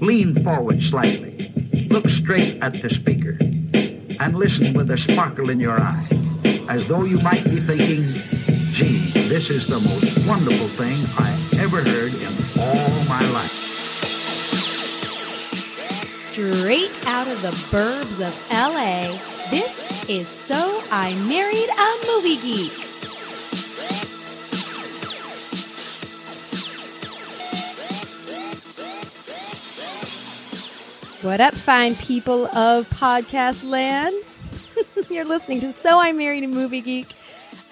Lean forward slightly. Look straight at the speaker. And listen with a sparkle in your eye, as though you might be thinking, gee, this is the most wonderful thing I ever heard in all my life. Straight out of the burbs of LA, this is So I Married a Movie Geek. What up, fine people of podcast land? You're listening to So I Married a Movie Geek.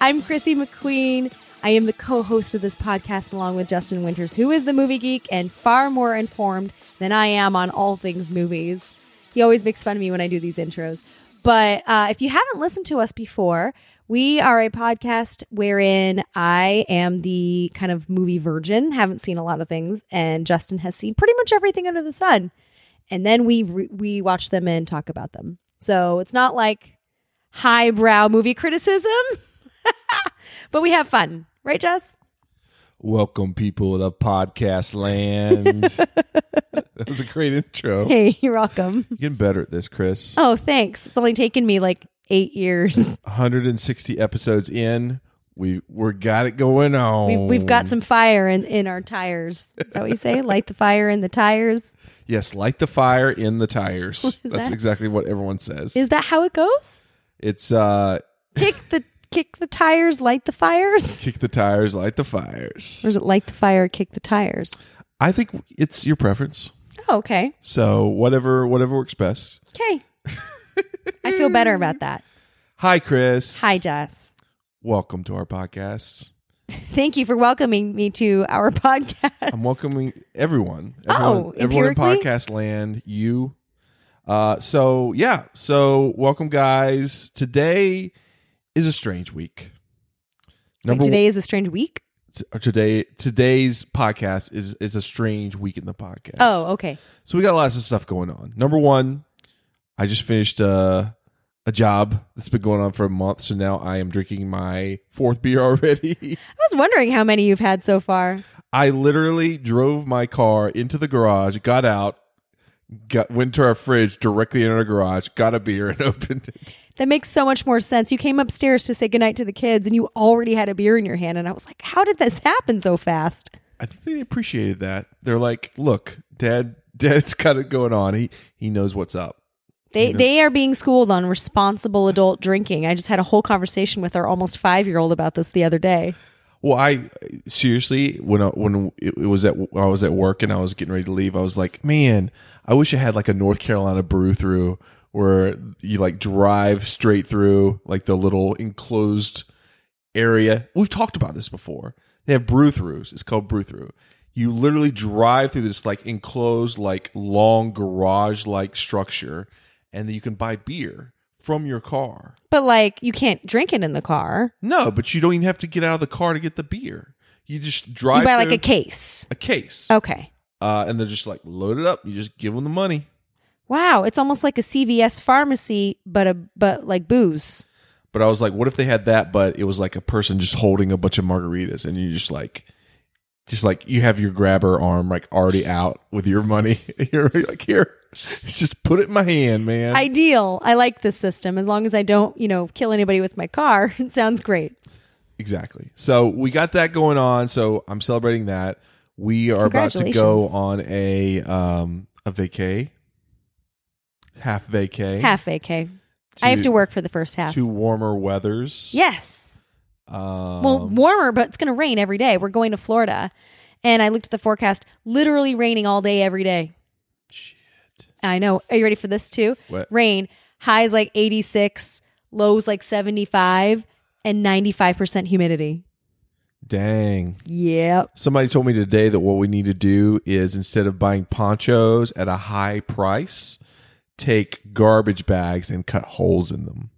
I'm Chrissy McQueen. I am the co host of this podcast along with Justin Winters, who is the movie geek and far more informed than I am on all things movies. He always makes fun of me when I do these intros. But uh, if you haven't listened to us before, we are a podcast wherein I am the kind of movie virgin, haven't seen a lot of things, and Justin has seen pretty much everything under the sun. And then we re- we watch them and talk about them. So it's not like highbrow movie criticism, but we have fun, right, Jess? Welcome, people to podcast land. that was a great intro. Hey, you're welcome. You're getting better at this, Chris. Oh, thanks. It's only taken me like eight years. 160 episodes in. We we got it going on. We've, we've got some fire in, in our tires. Is that what you say? Light the fire in the tires. yes. Light the fire in the tires. is That's that? exactly what everyone says. Is that how it goes? it's uh, Kick the kick the tires, light the fires. kick the tires, light the Or fires. is it light the fire, kick the tires? I think it's your preference. Oh, okay. So whatever whatever works best. Okay. I feel better about that. Hi, Chris. Hi, Jess. Welcome to our podcast. Thank you for welcoming me to our podcast. I'm welcoming everyone. Everyone, Oh, everyone in empirically? podcast land, you. Uh, so yeah, so welcome guys. Today is a strange week. Wait, Number today is a strange week. one, uh, today today's podcast is is a strange week in the podcast. Oh, okay. so we got lots of stuff going on. Number one, I just finished uh, a job that's been going on for a month, so now I am drinking my fourth beer already. I was wondering how many you've had so far. I literally drove my car into the garage, got out, got went to our fridge directly in our garage, got a beer, and opened it. That makes so much more sense. You came upstairs to say goodnight to the kids and you already had a beer in your hand. And I was like, how did this happen so fast? I think they appreciated that. They're like, "Look, Dad, Dad's got it going on. He he knows what's up." They, they are being schooled on responsible adult drinking. I just had a whole conversation with our almost five year old about this the other day. Well, I seriously, when I, when it was at I was at work and I was getting ready to leave, I was like, "Man, I wish I had like a North Carolina brew through where you like drive straight through like the little enclosed area. We've talked about this before. They have brew throughs. It's called brew through. You literally drive through this like enclosed, like long garage like structure, and then you can buy beer from your car. But like, you can't drink it in the car. No, but you don't even have to get out of the car to get the beer. You just You drive buy like through a Oh. case. a case, Okay. uh, and they're just like load it up. You just give them the money, Wow. It's almost like a CVS pharmacy, but a but like booze. But I was like, what if they had that, but it was like a person just holding a bunch of margaritas and you just like just like you have your grabber arm like already out with your money. You're like, here, just put it in my hand, man. Ideal. I like this system as long as I don't, you know, kill anybody with my car. It sounds great. exactly. So we got that going on. So I'm celebrating that. We are about to go Congratulations. on a um a vacay. Half vacay. Half AK. I have to work for the first half. to warmer weathers. Yes. Um, Well, warmer, but it's going to rain every day. We're going to Florida. And I looked at the forecast, literally raining all day, every day. Shit. I know. Are you ready for this too? What? Rain. Highs like 86, lows like 75, and 95% humidity. dang. Yep. Somebody told me today that what we need to do is instead of buying ponchos at a high price, take garbage bags and cut holes in them.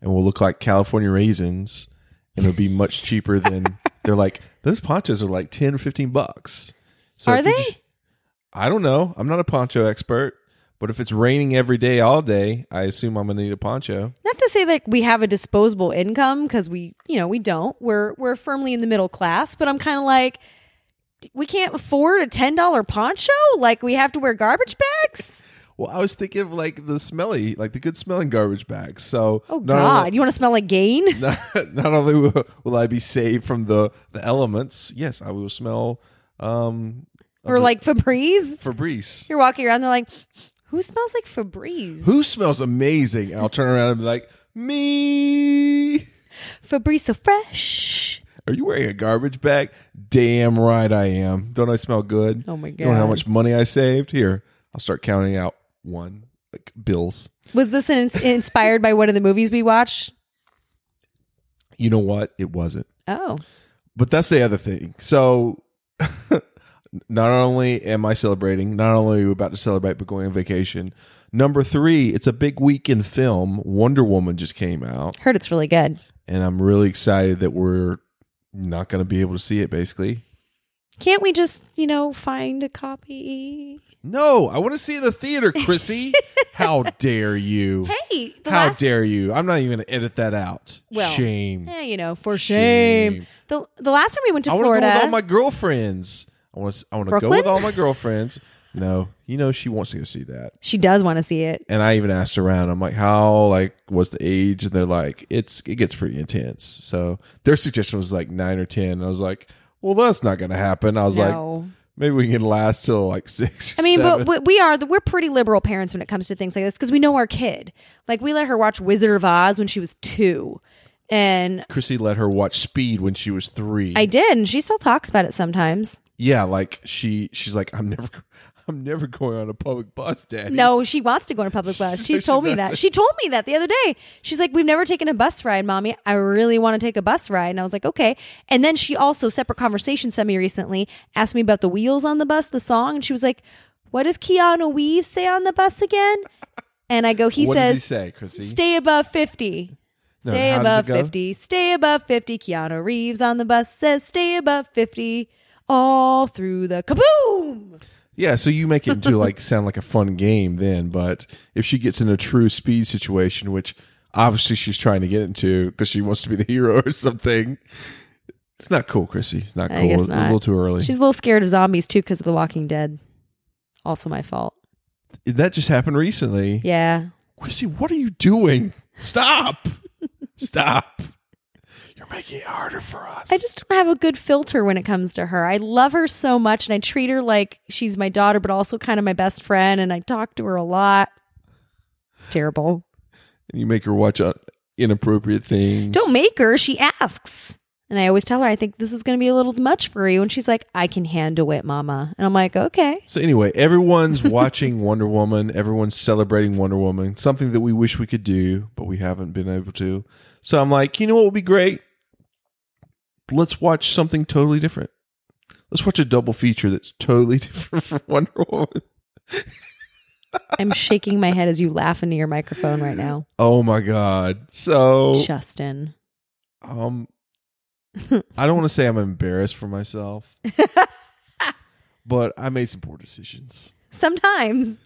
And we'll look like California raisins and it'll be much cheaper than they're like, those ponchos are like 10 or 15 bucks. So Are if you they? I don't know. I'm not a poncho expert, but if it's raining every day, all day, I assume I'm going to need a poncho. Not to say that we have a disposable income because we, you know, we don't. We're we're firmly in the middle class, but I'm kind of like we can't afford a ten dollar poncho. Like we have to wear garbage bags. Well, I was thinking of like the smelly, like the good smelling garbage bags. So, Oh not God, only- you want to smell like gain? not, not only will, will I be saved from the the elements, yes, I will smell um or like Febreze? Febreze. You're walking around, they're like, who smells like Febreze? Who smells amazing? And I'll turn around and be like, me. Febreze so fresh. Are you wearing a garbage bag? Damn right I am. Don't I smell good? Oh my You know how God. much money I saved? Here, I'll start counting out one like bills. Was this in- inspired by one of the movies we watched? You know what? It wasn't. Oh, But that's the other thing. So not only am I celebrating, not only are we about to celebrate, but going on vacation. Number three, it's a big week in film. Wonder Woman just came out, heard it's really good. and I'm really excited that we're not going to be able to see it basically. Can't we just, you know, find a copy? No, I want to see it in the theater, Chrissy. How dare you? Hey, the How last- dare you? I'm not even going to edit that out. Well, Shame. Eh, you know, for shame. Shame. The the last time we went to I want to Florida, go with all my girlfriends. I want to. I want to go Brooklyn? with all my girlfriends. No, you know she wants to go see that. she does want to see it. And I even asked around. I'm like, how like was the age? And they're like, it's it gets pretty intense. So their suggestion was like nine or ten. And I was like, well, that's not going to happen. I was like, No. maybe we can last till like six. Or I mean, seven. but we- we are the, we're pretty liberal parents when it comes to things like this because we know our kid. Like we let her watch Wizard of Oz when she was two, and Chrissy let her watch Speed when she was three. I did, and she still talks about it sometimes. yeah, like she she's like, I'm never I'm never going on a public bus, Daddy. No, she wants to go on a public bus. She's She told me doesn't. that. She told me that the other day. She's like, "We've never taken a bus ride, mommy. I really want to take a bus ride." And I was like, "Okay." And then she also separate conversation sent me recently asked me about the wheels on the bus, the song, and she was like, "What does Keanu Reeves say on the bus again?" And I go, "He what says does he say, Chrissy? Stay above 50. No, Stay how does above it go? 50. Stay above 50. Keanu Reeves on the bus says, Stay above 50. All through the kaboom. Yeah, so you make it into like sound like a fun game then, but if she gets in a true speed situation, which obviously she's trying to get into because she wants to be the hero or something, it's not cool, Chrissy. It's not I cool. guess It's a not. little too early. She's a little scared of zombies too because of The Walking Dead. Also my fault. that just happened recently. Yeah. Chrissy, what are you doing? Stop! Stop! You're making it harder for us. I just don't have a good filter when it comes to her. I love her so much and I treat her like she's my daughter, but also kind of my best friend. And I talk to her a lot. It's terrible. and you make her watch uh, inappropriate things. Don't make her. She asks. And I always tell her, I think this is going to be a little much for you. And she's like, I can handle it, mama. And I'm like, okay. So anyway, everyone's watching Wonder Woman. Everyone's celebrating Wonder Woman. Something that we wish we could do, but we haven't been able to. So I'm like, you know what would be great? Let's watch something totally different. Let's watch a double feature that's totally different from Wonder Woman. I'm shaking my head as you laugh into your microphone right now. Oh my god! So Justin. um, I don't want to say I'm embarrassed for myself, but I made some poor decisions. Sometimes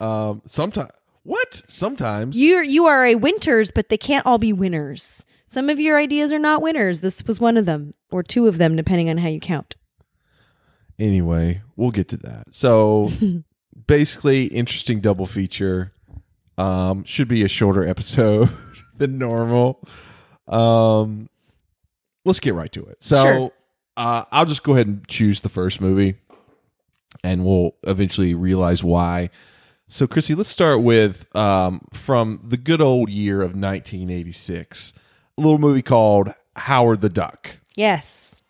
Um, sometimes what? Sometimes you you are a winters, but they can't all be winners. Some of your ideas are not winners. This was one of them, or two of them, depending on how you count. anyway, we'll get to that. So basically, interesting double feature. Um, should be a shorter episode than normal. Um, let's get right to it. So Sure. uh, I'll just go ahead and choose the first movie, and we'll eventually realize why. So, Chrissy, let's start with um, from the good old year of 1986, a little movie called Howard the Duck. Yes.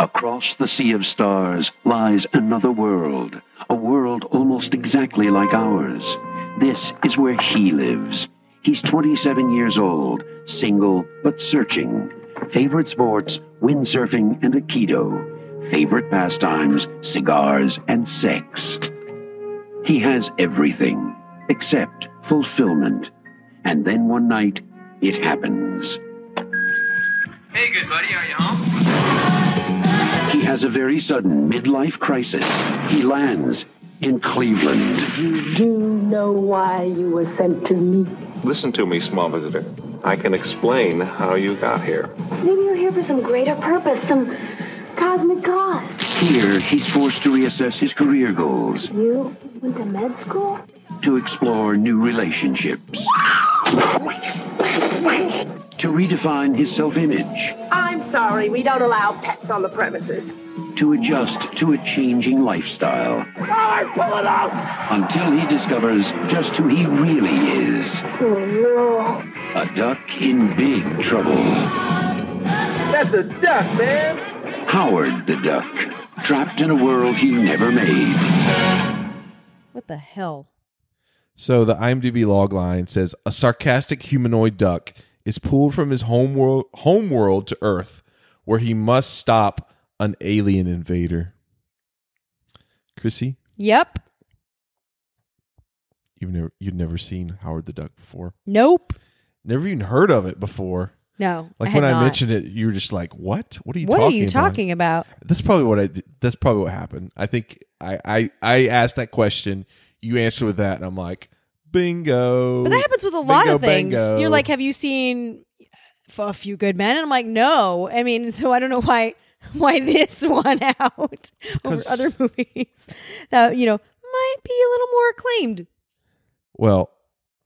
Across the sea of stars lies another world, a world almost exactly like ours. This is where he lives. He's 27 years old, single but searching. Favorite sports, windsurfing and Aikido. Favorite pastimes, cigars and sex. He has everything except fulfillment. And then one night, it happens. Hey, good buddy, are you home? He has a very sudden midlife crisis. He lands in Cleveland. Do you know why you were sent to me? Listen to me, small visitor. I can explain how you got here. Maybe you're here for some greater purpose, some cosmic cause. Here, he's forced to reassess his career goals You went to med school? to explore new relationships, to redefine his self image, I'm sorry, we don't allow pets on the premises. to adjust to a changing lifestyle until he discovers just who he really is Oh, no. a duck in big trouble. That's a duck, man. Howard the Duck, trapped in a world he never made. What the hell? So the IMDb logline says a sarcastic humanoid duck is pulled from his home world, home world to Earth, where he must stop an alien invader. Chrissy, Yep. you've never you've never seen Howard the Duck before. Nope. Never even heard of it before. No. Like had when I not. mentioned it, you were just like, "What? What are you what talking are you about?" talking about? That's probably what I. Did. That's probably what happened. I think I, I I asked that question. You answered with that, and I'm like, bingo. But that happens with a lot Bingo, of things. bango. You're like, have you seen F- a few good men? And I'm like, no. I mean, so I don't know why why this one out over 'Cause- other movies that you know might be a little more acclaimed. Well,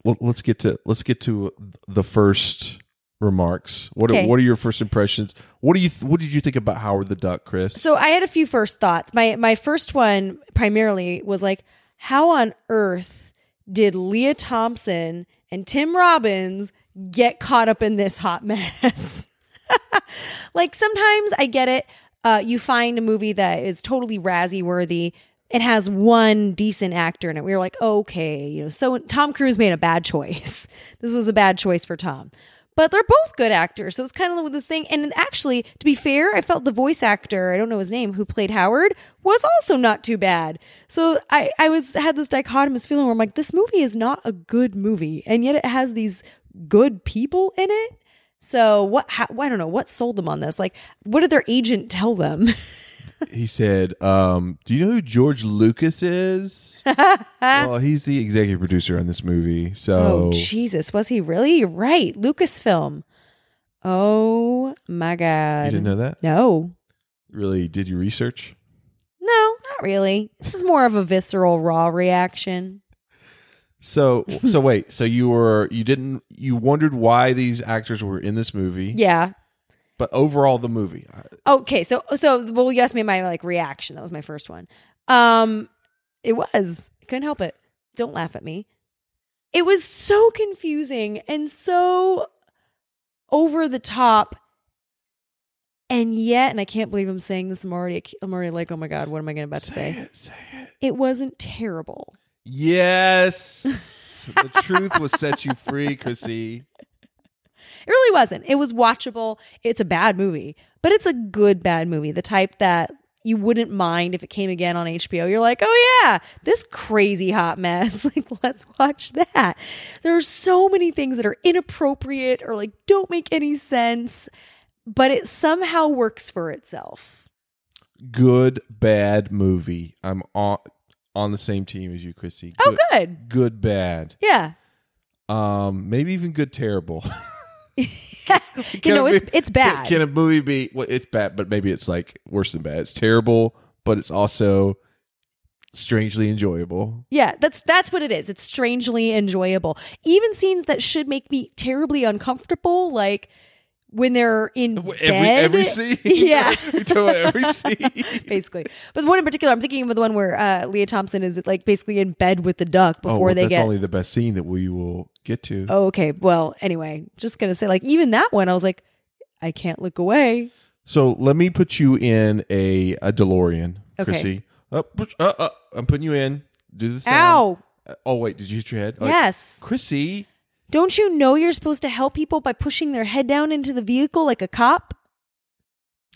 well, let's get to let's get to the first remarks. What Okay. are, what are your first impressions? What do you th- what did you think about Howard the Duck, Chris? So I had a few first thoughts. My my first one primarily was like, how on earth did Leah Thompson and Tim Robbins get caught up in this hot mess? like sometimes I get it. Uh, you find a movie that is totally Razzie worthy. It has one decent actor in it. We were like, oh, okay, you know. So Tom Cruise made a bad choice. this was a bad choice for Tom, but they're both good actors. So it's kind of this thing. And actually, to be fair, I felt the voice actor, I don't know his name, who played Howard, was also not too bad. So I, I was had this dichotomous feeling where I'm like, this movie is not a good movie, and yet it has these good people in it. So what? How, I don't know what sold them on this. Like, what did their agent tell them? he said, um, "Do you know who George Lucas is?" Oh, well, he's the executive producer on this movie. So Oh, Jesus, was he really You're right? Lucasfilm. Oh my God! you didn't know that? No, Really? Did you research? no, not really. This is more of a visceral, raw reaction. So so wait. So you were you didn't you wondered why these actors were in this movie? Yeah. But overall, the movie. I- Okay. So, so well, you asked me my like reaction. That was my first one. Um, it was couldn't help it. Don't laugh at me. It was so confusing and so over the top. And yet, and I can't believe I'm saying this. I'm already, I'm already like, oh my god, what am I going about to say? it. Say it. it wasn't terrible. Yes. the truth will set you free, Chrissy. It really wasn't. It was watchable. It's a bad movie, but it's a good bad movie. The type that you wouldn't mind if it came again on HBO. You're like, oh yeah, this crazy hot mess. Like, let's watch that. There are so many things that are inappropriate or like don't make any sense, but it somehow works for itself. Good bad movie. I'm on on the same team as you, Chrissy. Oh, good. Good bad. Yeah. Um, maybe even good terrible. you Can know, it it's, be- it's bad. Can, can a movie be? Well, it's bad, but maybe it's like worse than bad. It's terrible, but it's also strangely enjoyable. Yeah, that's that's what it is. It's strangely enjoyable. Even scenes that should make me terribly uncomfortable, like when they're in Every bed. every scene. Yeah. You talk about every scene. basically. But the one in particular, I'm thinking of the one where uh, Leah Thompson is like basically in bed with the duck before oh, well, they that's get. only the best scene that we will get to. oh, okay. Well, anyway, just gonna say like even that one, I was like, I can't look away. So let me put you in a, a DeLorean, Okay. Chrissy. Up, push- uh, uh, I'm putting you in. Do the sound. Ow! Uh, Oh wait, did you hit your head? Oh, Yes. Chrissy. Don't you know you're supposed to help people by pushing their head down into the vehicle like a cop?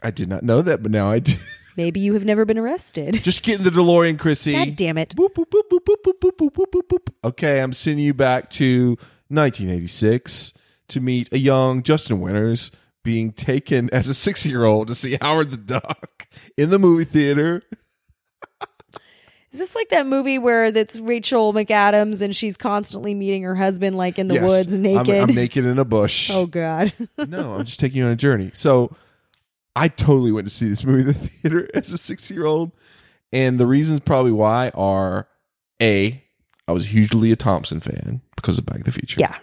I did not know that, but now I do. Maybe you have never been arrested. Just get in the DeLorean, Chrissy. God damn it! Boop, boop, boop, boop, boop, boop, boop, boop, boop, boop, boop. Okay, I'm sending you back to 1986 to meet a young Justin Winters being taken as a six year old to see Howard the Duck in the movie theater. Is this like that movie where that's Rachel McAdams and she's constantly meeting her husband like in the Yes, woods naked? I'm, I'm naked in a bush. Oh God. no, I'm just taking you on a journey. So I totally went to see this movie in the theater as a six year old. And the reasons probably why are A, I was hugely a Thompson fan because of Back to the Future. Yeah.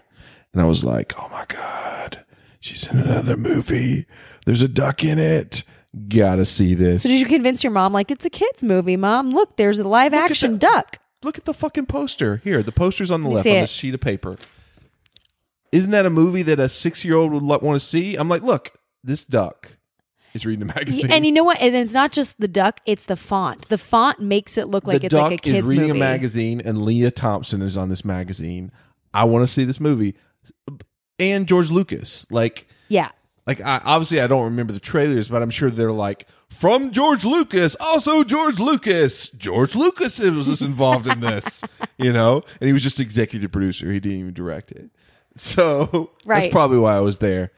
And I was like, oh my God, she's in another movie. There's a duck in it. Gotta see this. So did you convince your mom like it's a kids movie, mom? Look, there's a live at action that. duck. Look at the fucking poster. Here, the poster's on the Let me left see on it. this sheet of paper. Isn't that a movie that a six year old would want to see? I'm like, look, this duck is reading the magazine. And you know what? And it's not just the duck; it's the font. The font makes it look like the it's duck like a kids is reading movie. a magazine, and Leah Thompson is on this magazine. I want to see this movie, and George Lucas. Like, Yeah, like I, obviously I don't remember the trailers, but I'm sure they're like from George Lucas. Also George Lucas. George Lucas was just involved in this, you know, and he was just executive producer. He didn't even direct it. So Right. that's probably why I was there.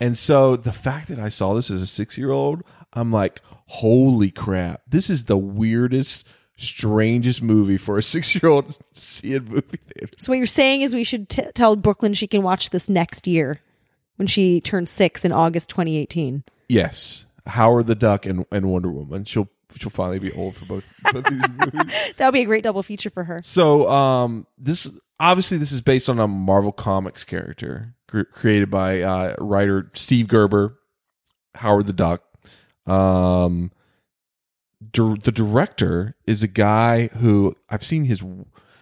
And so the fact that I saw this as a six year old, I'm like, holy crap! This is the weirdest, strangest movie for a six year old to see in movie theaters. So what you're saying is we should t- tell Brooklyn she can watch this next year when she turns six in August 2018. Yes, Howard the Duck and, and Wonder Woman. She'll she'll finally be old for both, both these movies. That would be a great double feature for her. So um, this obviously this is based on a Marvel Comics character cr- created by uh, writer Steve Gerber, Howard the Duck. Um, dir- the director is a guy who I've seen his.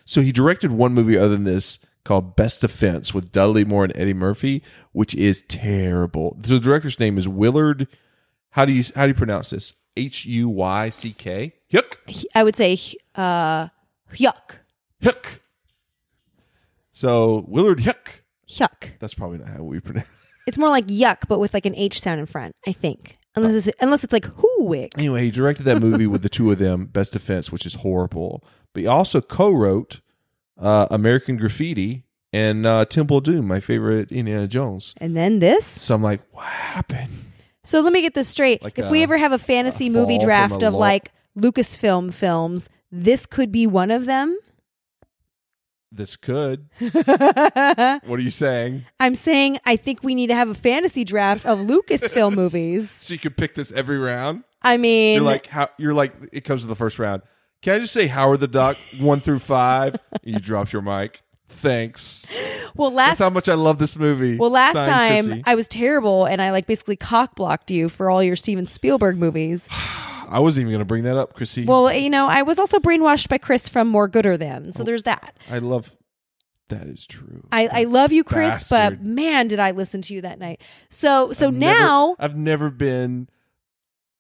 So he directed one movie other than this called Best Defense with Dudley Moore and Eddie Murphy, which is terrible. So the director's name is Willard. How do you how do you pronounce this? H U Y C K. Yuck. He- I would say, uh, yuck, Hick. So Willard Hick. yuck. That's probably not how we pronounce. It's more like yuck, but with like an H sound in front. I think, unless it's, unless it's like hoowick. Anyway, he directed that movie with the two of them, Best Defense, which is horrible. But he also co-wrote uh, American Graffiti and uh, Temple of Doom, my favorite Indiana Jones. And then this. So I'm like, what happened? So let me get this straight. Like if a- we ever have a fantasy a movie fall draft from a of lo- like Lucasfilm films, this could be one of them. This could. What are you saying? I'm saying I think we need to have a fantasy draft of Lucasfilm movies. So you could pick this every round. I mean, You're like, how? You're like, it comes to the first round. Can I just say Howard the Duck one through five? you drop your mic. Thanks. well, last That's how much I love this movie. well last Signed, time Chrissy. I was terrible and I like basically cock blocked you for all your Steven Spielberg movies. I wasn't even going to bring that up, Chrissy. Well, you know, I was also brainwashed by Chris from More Gooder Than, Oh. so there's that. I love that is true. I, I love you, Chris, but Bastard. man, did I listen to you that night. So so I've never- now I've never been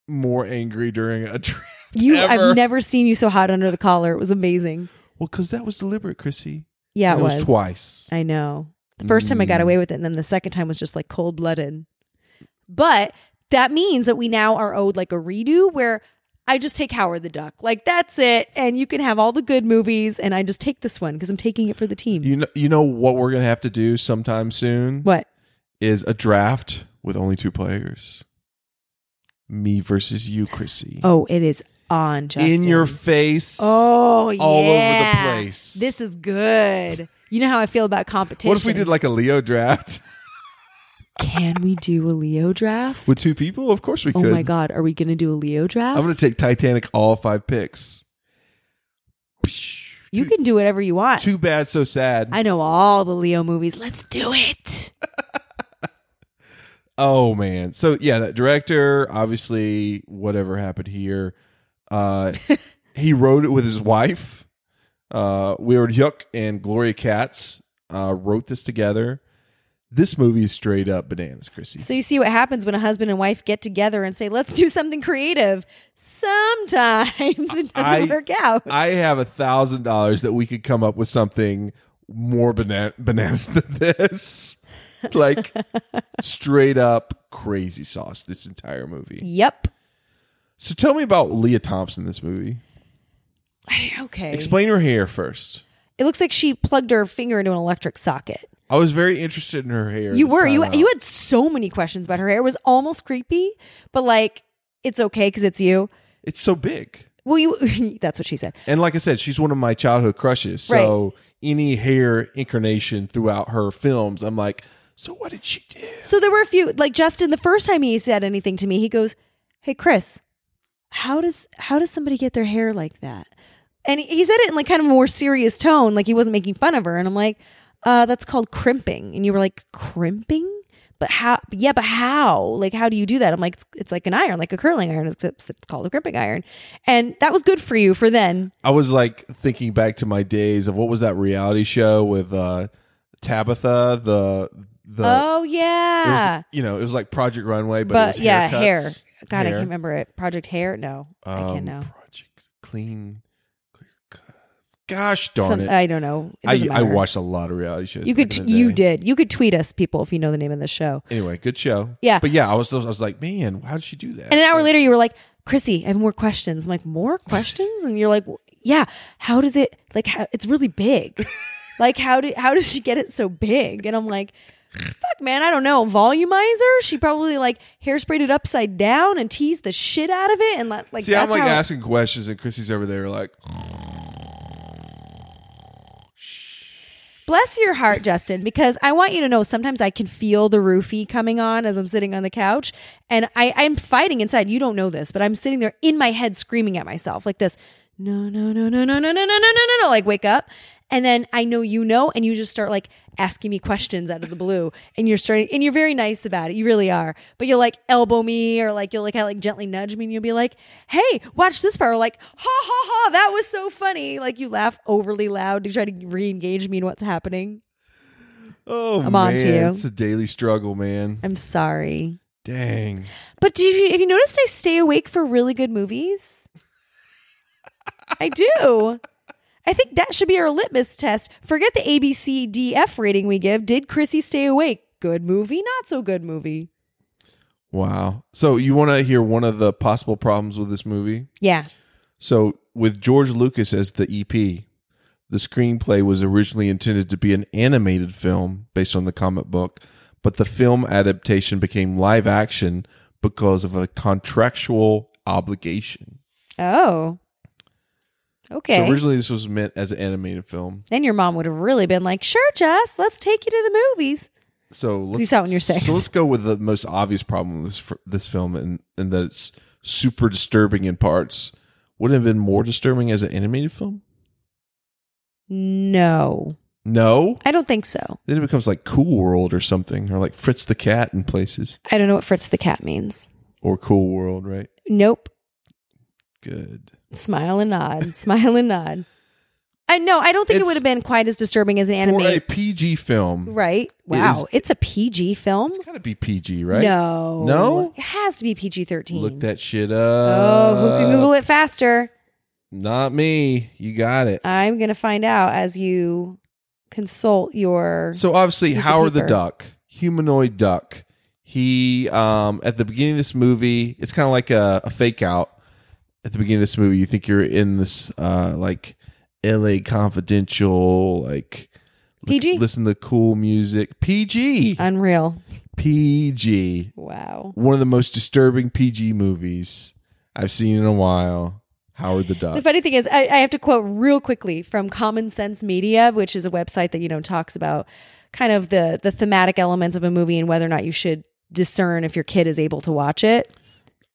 more angry during a draft. you, ever. I've never seen you so hot under the collar. It was amazing. Well, because that was deliberate, Chrissy. Yeah, it, And it was, twice. I know. The first time I got Mm. away with it, and then the second time was just like cold blooded. But that means that we now are owed like a redo where I just take Howard the Duck. Like that's it. And you can have all the good movies, and I just take this one because I'm taking it for the team. You know, you know what we're going to have to do sometime soon what? is a draft with only two players. Me versus you, Chrissy. Oh, it is on Justin. In your face. Oh, all over the yeah. place. This is good. You know how I feel about competition. What if we did like a Leo draft Can we do a Leo draft? with two people? Of course we Oh could. my god, are we gonna do a Leo draft? I'm going to take Titanic all five picks. you can do whatever you want. Too bad, so sad. I know all the Leo movies. Let's do it. oh man. So yeah, that director, obviously, whatever happened here, uh, he wrote it with his wife, uh, Willard Yuck and Gloria Katz uh, wrote this together. This movie is straight up bananas, Chrissy. So you see what happens when a husband and wife get together and say, "Let's do something creative." Sometimes it doesn't I- work out. I have a thousand dollars that we could come up with something more bana- bananas than this. like straight up crazy sauce. This entire movie. yep. So tell me about Leah Thompson. in This movie. Okay. Explain her hair first. it looks like she plugged her finger into an electric socket. I was very interested in her hair. You this were time you out. you had so many questions about her hair. It was almost creepy, but like it's okay because it's you. It's so big, Well, you that's what she said. and like I said, she's one of my childhood crushes. So any hair incarnation throughout her films, I'm like, So what did she do? So there were a few like Justin the first time he said anything to me, he goes, "Hey Chris, how does how does somebody get their hair like that?" And he- he said it in like kind of a more serious tone, like he wasn't making fun of her. And I'm like, uh, "That's called crimping." And you were like, "Crimping?" But how? Yeah, but how? Like, how do you do that? I'm like, it's, it's like an iron, like a curling iron, except it's called a crimping iron. And that was good for you for then. I was like thinking back to my days of what was that reality show with uh, Tabitha the the oh it was, yeah, you know it was like Project Runway, but, it but was yeah, haircuts, hair. God, I hair. can't remember it. Project Hair? No, I can't Um, know. Project Clean. Clear Cut. Gosh darn Some- it! I don't know. It I, doesn't I matter. watched a lot of reality shows. You back could. in T- the you day. did. You could tweet us, people, if you know the name of the show. Anyway, good show. Yeah. but yeah, I was I was like, man, how did she do that? And an hour later, you were like, "Chrissy, I have more questions." I'm like, "More questions?" And you're like, "Yeah. How does it? Like, how, it's really big. like, how do how does she get it so big?" And I'm like. Fuck man, I don't know. Volumizer? She probably like hairsprayed it upside down and teased the shit out of it and like like See, I'm that's like how- asking questions, and Chrissy's over there like, Bless your heart, Justin, because I want you to know sometimes I can feel the roofie coming on as I'm sitting on the couch. And I, I'm fighting inside. You don't know this, but I'm sitting there in my head screaming at myself like this no, no, no, no, no, no, no, no, no, no, no, no. Like, wake up. And then I know you know, and you just start like asking me questions out of the blue. And you're starting, and you're very nice about it. You really are. But you'll like elbow me or like you'll like kind of like gently nudge me and you'll be like, hey, watch this part. Or like, ha ha ha, that was so funny. Like you laugh overly loud to try to re engage me in what's happening. "Oh I'm on man, to you. it's a daily struggle, man. I'm sorry. Dang." But do you have you noticed I stay awake for really good movies? I do. I think that should be our litmus test. Forget the ABCDF rating we give. Did Chrissy stay awake? Good movie, not so good movie. Wow. So you want to hear one of the possible problems with this movie? Yeah. So with George Lucas as the EP, the screenplay was originally intended to be an animated film based on the comic book, but the film adaptation became live action because of a contractual obligation. Oh. Okay. So originally this was meant as an animated film. then your mom would have really been like, sure, Jess, let's take you to the movies. So let's You saw it when you were six. So let's go with the most obvious problem with this fr- this film, and and that it's super disturbing in parts. Would it have been more disturbing as an animated film? No, No. I don't think so. Then it becomes like Cool World or something, or like Fritz the Cat in places, I don't know what Fritz the Cat means. or Cool World, right? Nope. Good. Smile and nod. Smile and nod. I no, I don't think it It's- would have been quite as disturbing as an For a anime. PG film, Right. Wow. it's a PG film? It's gotta be PG, right? No. No? It has to be PG thirteen. Look that shit Oh, up. who can Google it faster? Not me. You got it. I'm gonna find out as you consult your So obviously, Piece of Howard the paper. Duck, humanoid duck. He um at the beginning of this movie, it's kind of like a, a fake out. At the beginning of this movie, you think you're in this uh like L.A. Confidential, like li- PG? Listen to cool music. PG. Unreal. PG. Wow. One of the most disturbing PG movies I've seen in a while. Howard the Duck. The funny thing is, I, I have to quote real quickly from Common Sense Media, which is a website that you know talks about kind of the the thematic elements of a movie and whether or not you should discern if your kid is able to watch it.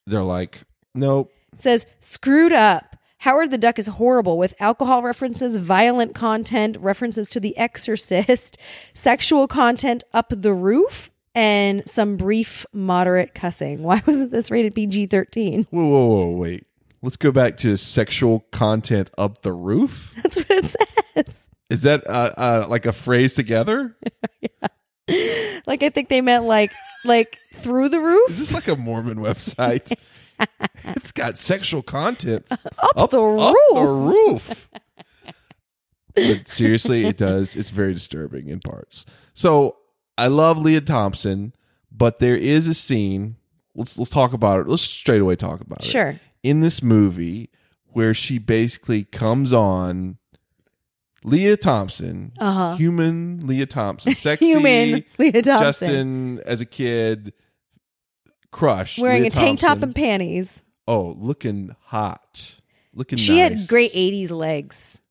They're like, nope. It says screwed up. Howard the Duck is horrible with alcohol references, violent content, references to The Exorcist, sexual content up the roof, and some brief moderate cussing. Why wasn't this rated PG 13? Whoa, whoa, whoa, wait. Let's go back to sexual content up the roof. That's what it says. Is that uh, uh, like a phrase together? Like I think they meant like like through the Is roof, this like a Mormon website? it's got sexual content up, up the up the roof. roof. but seriously, it does. It's very disturbing in parts. So I love Leah Thompson, but there is a scene. Let's let's talk about it. Let's straight away talk about it. Sure. in this movie where she basically comes on Leah Thompson, Uh-huh. human Leah Thompson, sexy Human Leah Thompson. Justin as a kid crush Wearing Leah a tank top Thompson. and panties. oh, looking hot, looking. She nice. had great 80s legs.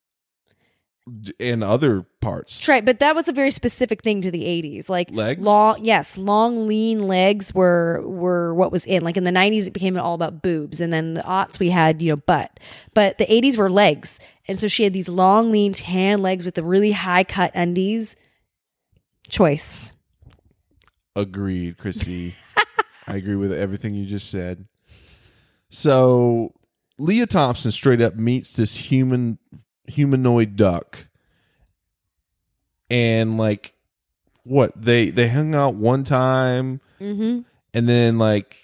d- and other parts. That's right, but that was a very specific thing to the 80s. Like Legs? long yes, long lean legs were were what was in. Like in the 90s it became all about boobs and then the aughts we had, you know, butt. But the 80s were legs. And so she had these long lean tan legs with the really high cut undies. Choice. Agreed, Chrissy. I agree with everything you just said. So Leah Thompson straight up meets this human humanoid duck. And like what? They they hung out one time Mhm. and then like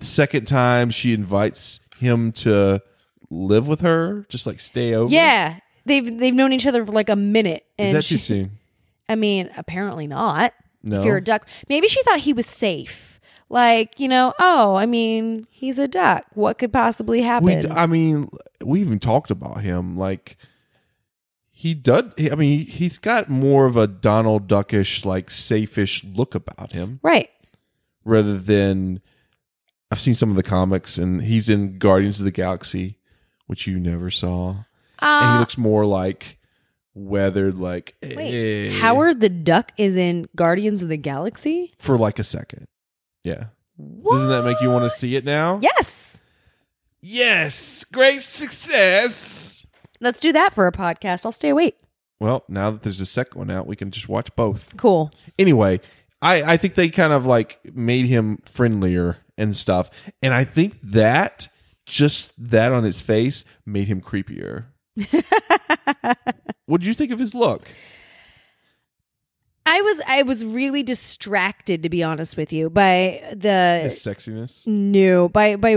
second time she invites him to live with her, just like stay over. Yeah. They've they've known each other for like a minute and Is that she- too soon? I mean, apparently not. No. If you're a duck, maybe she thought he was safe. Like, you know, oh, I mean, he's a duck. What could possibly happen? We, d- I mean, we even talked about him. Like he does. he- I mean, he's got more of a Donald Duckish, like safeish look about him, right. rather than. I've seen some of the comics, and he's in Guardians of the Galaxy, which you never saw, and he Uh, looks more like weathered, like wait, eh, Howard the Duck is in Guardians of the Galaxy? for like a second. Yeah, doesn't that make you want to see it now? Yes. Yes, great success. Let's do that for a podcast. I'll stay awake. Well, now that there's a second one out, we can just watch both. Cool. Anyway, I, I think they kind of like made him friendlier and stuff. And I think that just that on his face made him creepier. what did you think of his look? I was I was really distracted to be honest with you by the His sexiness? No, by by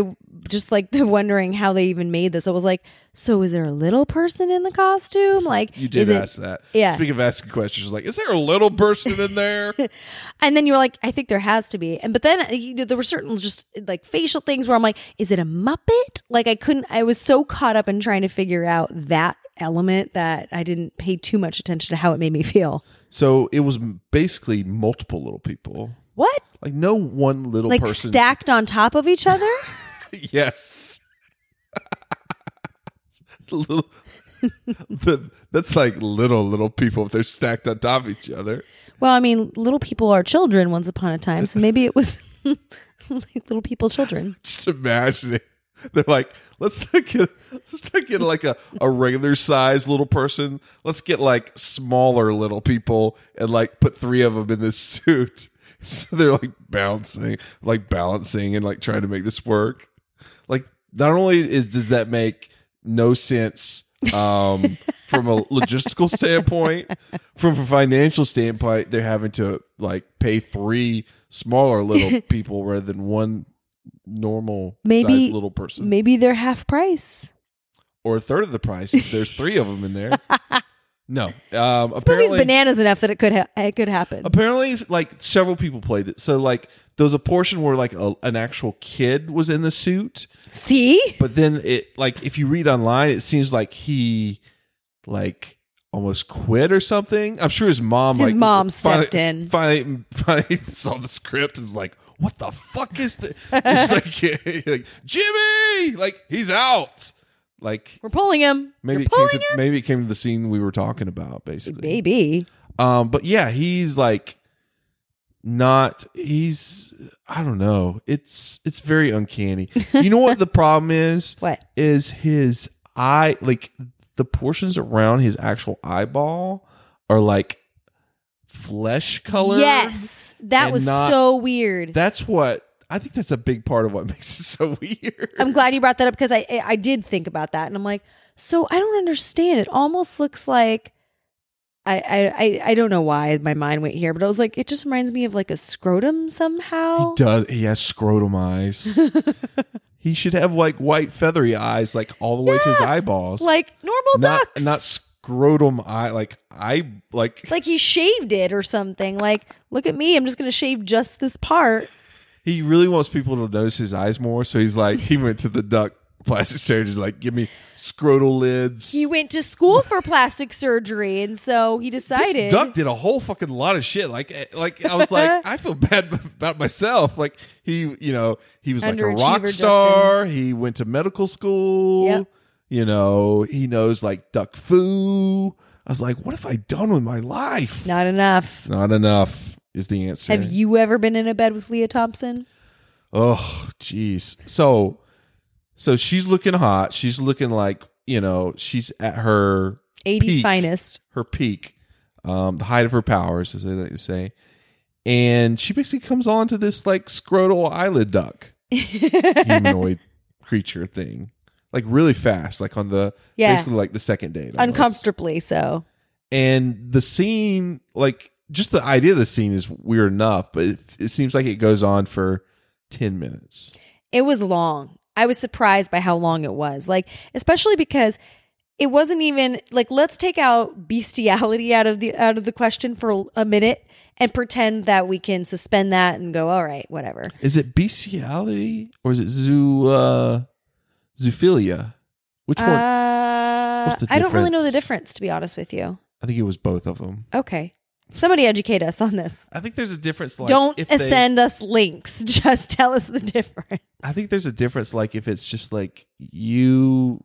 just like the wondering how they even made this. I was like, so is there a little person in the costume? Like You did is it- ask that. yeah. Speaking of asking questions, like, is there a little person in there? And then you were like, I think there has to be. And but then uh, you know, there were certain just like facial things where I'm like, is it a Muppet? Like I couldn't. I was so caught up in trying to figure out that element that I didn't pay too much attention to how it made me feel. so it was basically multiple little people. What? Like no one little Like person. stacked on top of each other? Yes. little, the, that's like little, little people if they're stacked on top of each other. well, I mean, little people are children once upon a time, so maybe it was like little people children. Just imagine it. They're like, let's not get, let's not get like a, a regular size little person. Let's get like smaller little people and like put three of them in this suit. So they're like bouncing, like balancing and like trying to make this work. Like, not only is does that make no sense um, from a logistical standpoint, from a financial standpoint, they're having to like pay three smaller little people rather than one normal Maybe- sized little person Maybe they're half price. or a third of the price if there's three of them in there. No, um, This movie's apparently, bananas enough that it could ha- it could happen. apparently, like several people played it. So, like, there was a portion where like a, an actual kid was in the suit, See, but then it like if you read online it seems like he like almost quit or something i'm sure his mom His like mom stepped finally- in. finally finally saw the script and is like what the fuck is this like, like jimmy like he's out like we're pulling him. maybe You're it came pulling to, him. maybe it came to the scene we were talking about basically Maybe. um, but yeah, he's like not he's I don't know. It's it's very uncanny. You know what the problem is? What? Is his eye like the portions around his actual eyeball are like flesh color. Yes, that and was not- so weird. That's what I think that's a big part of what makes it so weird. I'm glad you brought that up because I I- I did think about that and I'm like, so I don't understand. It almost looks like I I I, I don't know why my mind went here, but I was like, it just reminds me of like a scrotum he somehow. does he has scrotum eyes. he should have like white feathery eyes like all the way to his eyeballs. Like normal not ducks. not scrotum eye like I like like he shaved it or something. Like, look at me, I'm just gonna shave just this part. he really wants people to notice his eyes more so he's like he went to the duck plastic surgeon he's like give me scrotal lids He went to school for plastic surgery, and so he this decided. duck did a whole fucking lot of shit like eh, like I was like I feel bad about myself like he you know he was like a Underachiever rock Justin. star he went to medical school Yep. You know, he knows like duck foo. I was like, what have I done with my life? Not enough. Not enough is the answer. Have you ever been in a bed with Leah Thompson? Oh, jeez. So, so she's looking hot. She's looking like you know she's at her 80s peak, finest. her peak, um, the height of her powers, as they like to say. And she basically comes on to this like scrotal eyelid duck humanoid creature thing, like really fast, like on the Yeah. basically like the second date, almost. Uncomfortably so. And the scene, like just the idea of the scene is weird enough, but it, it seems like it goes on for ten minutes. It was long. I was surprised by how long it was. Like, especially because it wasn't even like let's take out bestiality out of the out of the question for a minute and pretend that we can suspend that and go all right, whatever. Is it bestiality or is it zoo uh, zoophilia? Which one? Uh, What's the I don't really know the difference? difference to be honest with you. I think it was both of them. Okay. Somebody educate us on this. I think there's a difference. Like don't if they- send us links. Just tell us the difference. I think there's a difference. Like if it's just like you,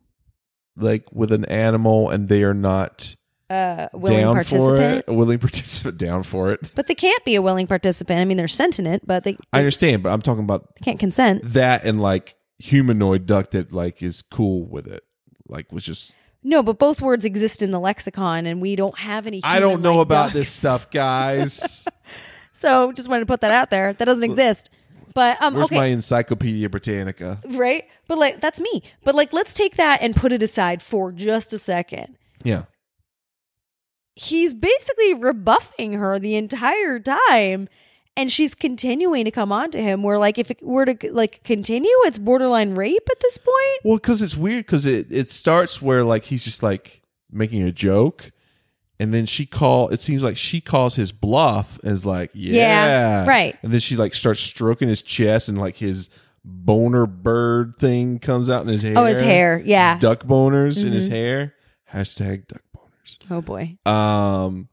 like with an animal, and they are not uh, willing down participant. for it, a willing participant down for it. But they can't be a willing participant. I mean, they're sentient, but they, they I understand, but I'm talking about can't consent. that and like humanoid duck that like is cool with it. Like was just No, but both words exist in the lexicon, and we don't have any. I don't know human-like about this ducks. stuff, guys. So just wanted to put that out there. That doesn't exist. But um, Where's okay, my Encyclopedia Britannica? right? But like that's me. But like, let's take that and put it aside for just a second. Yeah. He's basically rebuffing her the entire time. And she's continuing to come on to him. Where like if it were to like continue, it's borderline rape at this point. Well, because it's weird because it, it starts where like he's just like making a joke, and then she call. It seems like she calls his bluff and is like, yeah, Yeah, right. And then she like starts stroking his chest and like his boner bird thing comes out in his hair. Oh, his hair, yeah. Mm-hmm. duck boners in his hair. Hashtag duck boners. Oh boy. Um.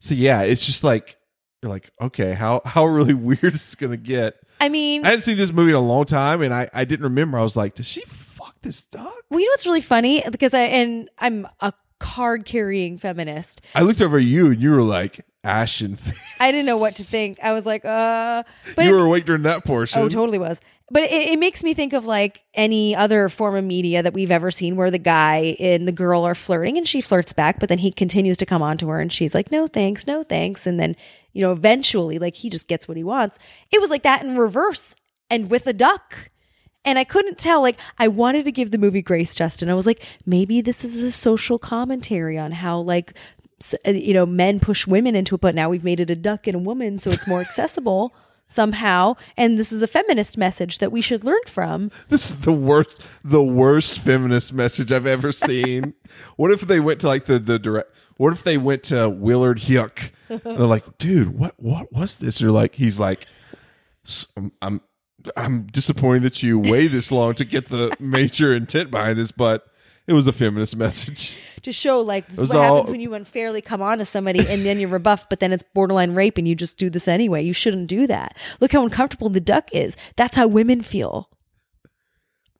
So yeah, it's just like you're like, okay, how how really weird is this gonna get? I mean, I hadn't seen this movie in a long time, and I I didn't remember. I was like, does she fuck this duck? Well, you know what's really funny? Because I and I'm a card carrying feminist. I looked over at you and you were like ashen face. I didn't know what to think. I was like, uh, but you it- were awake during that portion. oh, totally was. But it, it makes me think of like any other form of media that we've ever seen where the guy and the girl are flirting and she flirts back, but then he continues to come on to her and she's like, no thanks, no thanks. And then, you know, eventually, like he just gets what he wants. It was like that in reverse and with a duck. And I couldn't tell. Like, I wanted to give the movie grace, Justin. I was like, maybe this is a social commentary on how, like, s- uh, you know, men push women into it, but now we've made it a duck and a woman, so it's more accessible somehow. And this is a feminist message that we should learn from. This is the worst the worst feminist message I've ever seen. what if they went to like the the direct what if they went to Willard Hyuk? And they're like, dude, what what was this? You're like, he's like, "S- I'm I'm, I'm disappointed that you waited this long to get the major intent behind this, but it was a feminist message. To show, like, this was is what happens all- when you unfairly come on to somebody and then you're rebuffed, but then it's borderline rape and you just do this anyway. You shouldn't do that. Look how uncomfortable the duck is. That's how women feel.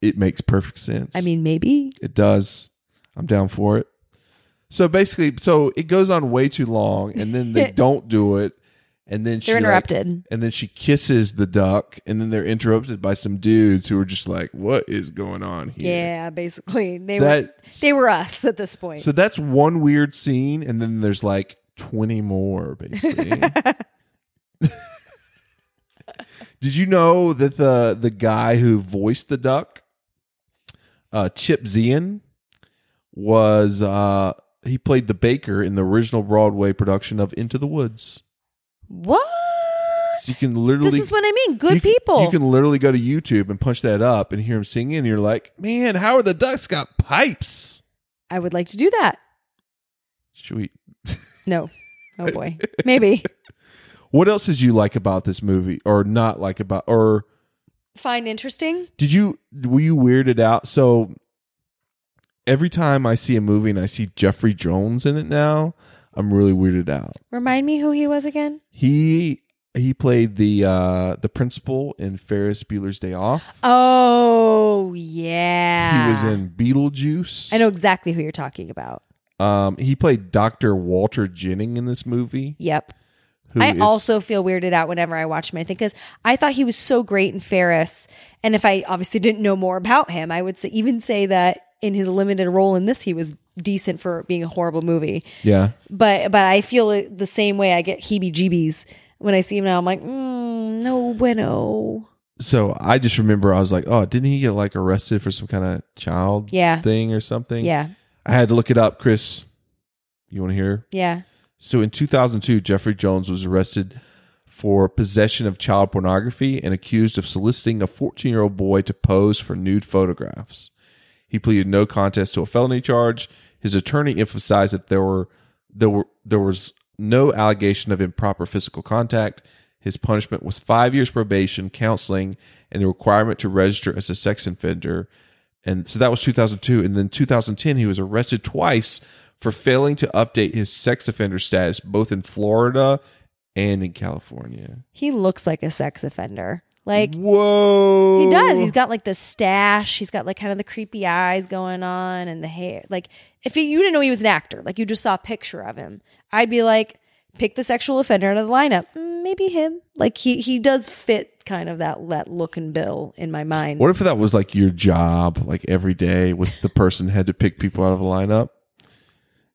It makes perfect sense. I mean, maybe. It does. I'm down for it. So basically, so it goes on way too long, and then they don't do it, and then she They're like- interrupted. and then she kisses the duck, and then they're interrupted by some dudes who are just like, "What is going on Yeah, here?" basically. They were that. they were us at this point. so that's one weird scene, and then there's like twenty more basically. Did you know that the the guy who voiced the duck, uh, Chip Zian, was uh, he played the baker in the original Broadway production of Into the Woods? what? So you can literally This is what I mean. you Good can- people. You can literally go to YouTube and punch that up and hear him singing. And you're like, man, how are the ducks got pipes? I would like to do that. Sweet. No. Oh boy. Maybe. What else did you like about this movie, or not like about, or? Find interesting. Did you were you weirded out? So every time I see a movie and I see Jeffrey Jones in it now, I'm really weirded out. Remind me who he was again. He He played the uh, the principal in Ferris Bueller's Day Off. Oh yeah. He was in Beetlejuice. I know exactly who you're talking about. Um, he played Doctor Walter Jennings in this movie. Yep. who I is- also feel weirded out whenever I watch him. I think because I thought he was so great in Ferris, and if I obviously didn't know more about him, I would say, even say that in his limited role in this, he was decent for being a horrible movie. yeah. But but I feel it the same way. I get heebie-jeebies when I see him now. I'm like, mm, no bueno. So I just remember I was like, oh, didn't he get like arrested for some kind of child Yeah. thing or something? Yeah, I had to look it up, Chris. You want to hear? yeah. So in 2002, Jeffrey Jones was arrested for possession of child pornography and accused of soliciting a 14 year old boy to pose for nude photographs. He pleaded no contest to a felony charge. His attorney emphasized that there were there were there was no allegation of improper physical contact. His punishment was five years probation, counseling, and the requirement to register as a sex offender. And so that was 2002. And then 2010, he was arrested twice for failing to update his sex offender status, both in Florida and in California. He looks like a sex offender. Like Whoa. He does. He's got like the stash. He's got like kind of the creepy eyes going on and the hair. Like if you you didn't know he was an actor, like you just saw a picture of him, I'd be like, pick the sexual offender out of the lineup. Mm, Maybe him. Like he he does fit kind of that that look and bill in my mind. What if that was like your job, like every day, was the person had to pick people out of a lineup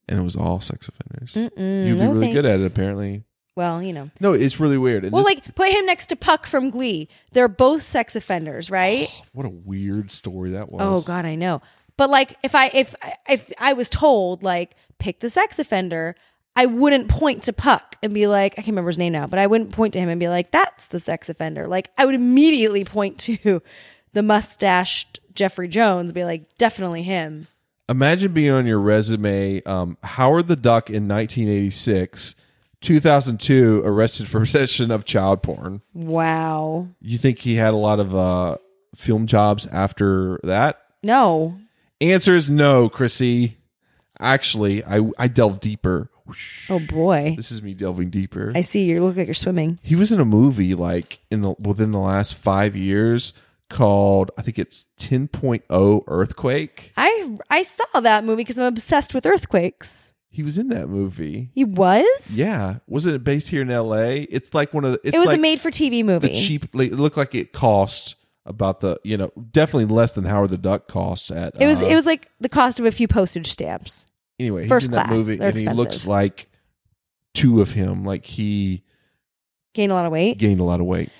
and it was all sex offenders? You'd be no really good at it, thanks. apparently. Well, you know. No, it's really weird. And Well, this- like put him next to Puck from Glee. They're both sex offenders, right? what a weird story that was. Oh God, I know. But like, if I if if I was told like pick the sex offender, I wouldn't point to Puck and be like, I can't remember his name now, but I wouldn't point to him and be like, that's the sex offender. Like, I would immediately point to the mustached Jeffrey Jones, and be like, definitely him. Imagine being on your resume, um, Howard the Duck in 1986, 2002, arrested for possession of child porn. Wow. You think he had a lot of uh, film jobs after that? No. Answer is no, Chrissy. Actually, I, I delved deeper. Oh boy. This is me delving deeper. I see you look like you're swimming. he was in a movie like in the within the last five years called I think it's 10.0 Earthquake. I I saw that movie because I'm obsessed with earthquakes. He was in that movie. He was. Yeah, wasn't it based here in L.A.? It's like one of the. It's it was like a made-for-TV the movie. cheap. Like, it looked like it cost about the you know definitely less than Howard the Duck cost at. It was uh, it was like the cost of a few postage stamps. anyway, he's First in that class. movie, They're and he looks expensive. like two of him. Like he Gained a lot of weight. gained a lot of weight,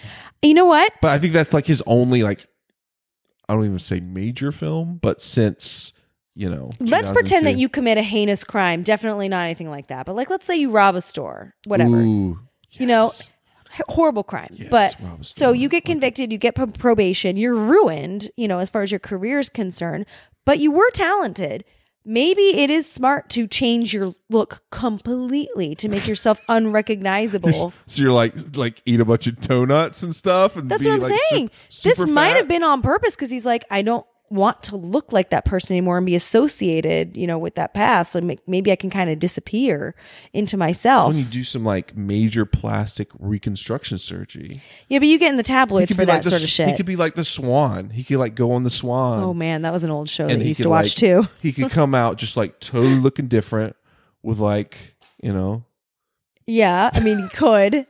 You know what? but I think that's like his only like. I don't even say major film, but since you know, Let's pretend that 2002. you commit a heinous crime. Definitely not anything like that. But like let's say you rob a store, whatever. Ooh, You know, yes. H- horrible crime. Yes, but rob a store. so you get convicted, you get pro- probation, you're ruined, you know, as far as your career is concerned, but you were talented. Maybe it is smart to change your look completely to make yourself unrecognizable. So you're like like eat a bunch of donuts and stuff, and That's be, what I'm like, su- saying. super this might fat? have been on purpose because he's like, I don't want to look like that person anymore and be associated, you know, with that past. And make- maybe I can kind of disappear into myself. when you do some like major plastic reconstruction surgery. yeah, but you get in the tabloids for like that the, sort of s- shit. He could be like the Swan. He could like go on the Swan. oh man, that was an old show that he you used could, to watch like- too. he could come out just like totally looking different with like you know. Yeah, I mean, you could,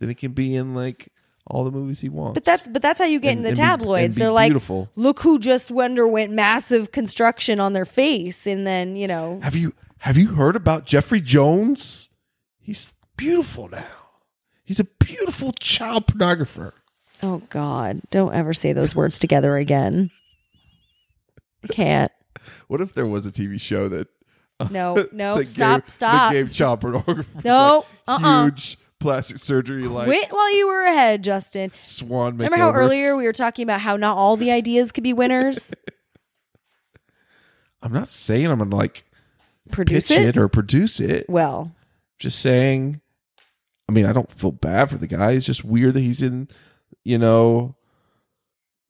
Then it can be in like all the movies he wants. but that's but that's how you get And- in the and be- and tabloids. be They're like, beautiful. look who just underwent massive construction on their face, and then you know, Have you have you heard about Jeffrey Jones? He's beautiful now. He's a beautiful child pornographer. oh god, don't ever say those words together again. I can't. What if there was a TV show that No, Oh, no, that stop, gave, stop. That gave child pornographers No, like, uh-uh. huge plastic surgery like Quit while you were ahead, Justin. swan. Makeovers. Remember how earlier we were talking about how not all the ideas could be winners? I'm not saying I'm gonna like Produce pitch it? it? or produce it. Well, Just saying. I mean, I don't feel bad for the guy. It's just weird that he's in. You know,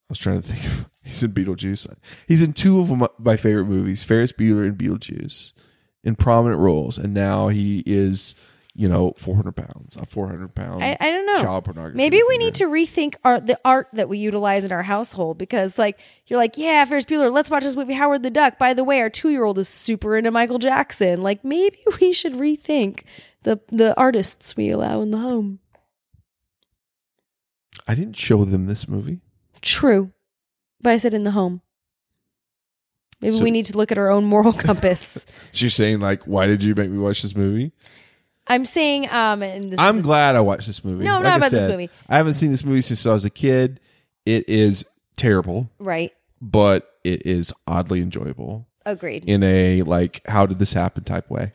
I was trying to think of. He's in Beetlejuice. He's in two of my- my favorite movies, Ferris Bueller and Beetlejuice, in prominent roles, and now he is you know, 400 pounds, a 400 pound. I, I don't know. Child pornography. Maybe we figure. need to rethink art, the art that we utilize in our household because, like, you're like, yeah, Ferris Bueller, let's watch this movie, Howard the Duck. By the way, our two year old is super into Michael Jackson. Like, maybe we should rethink the the artists we allow in the home. I didn't show them this movie. True, but I said in the home. Maybe So- we need to look at our own moral compass. So you're saying like, why did you make me watch this movie? I'm saying, um, and this I'm is- glad I watched this movie. No, Like not I about this said, movie. I haven't seen this movie since I was a kid. It is terrible, right. but it is oddly enjoyable Agreed. in a like, how did this happen type way.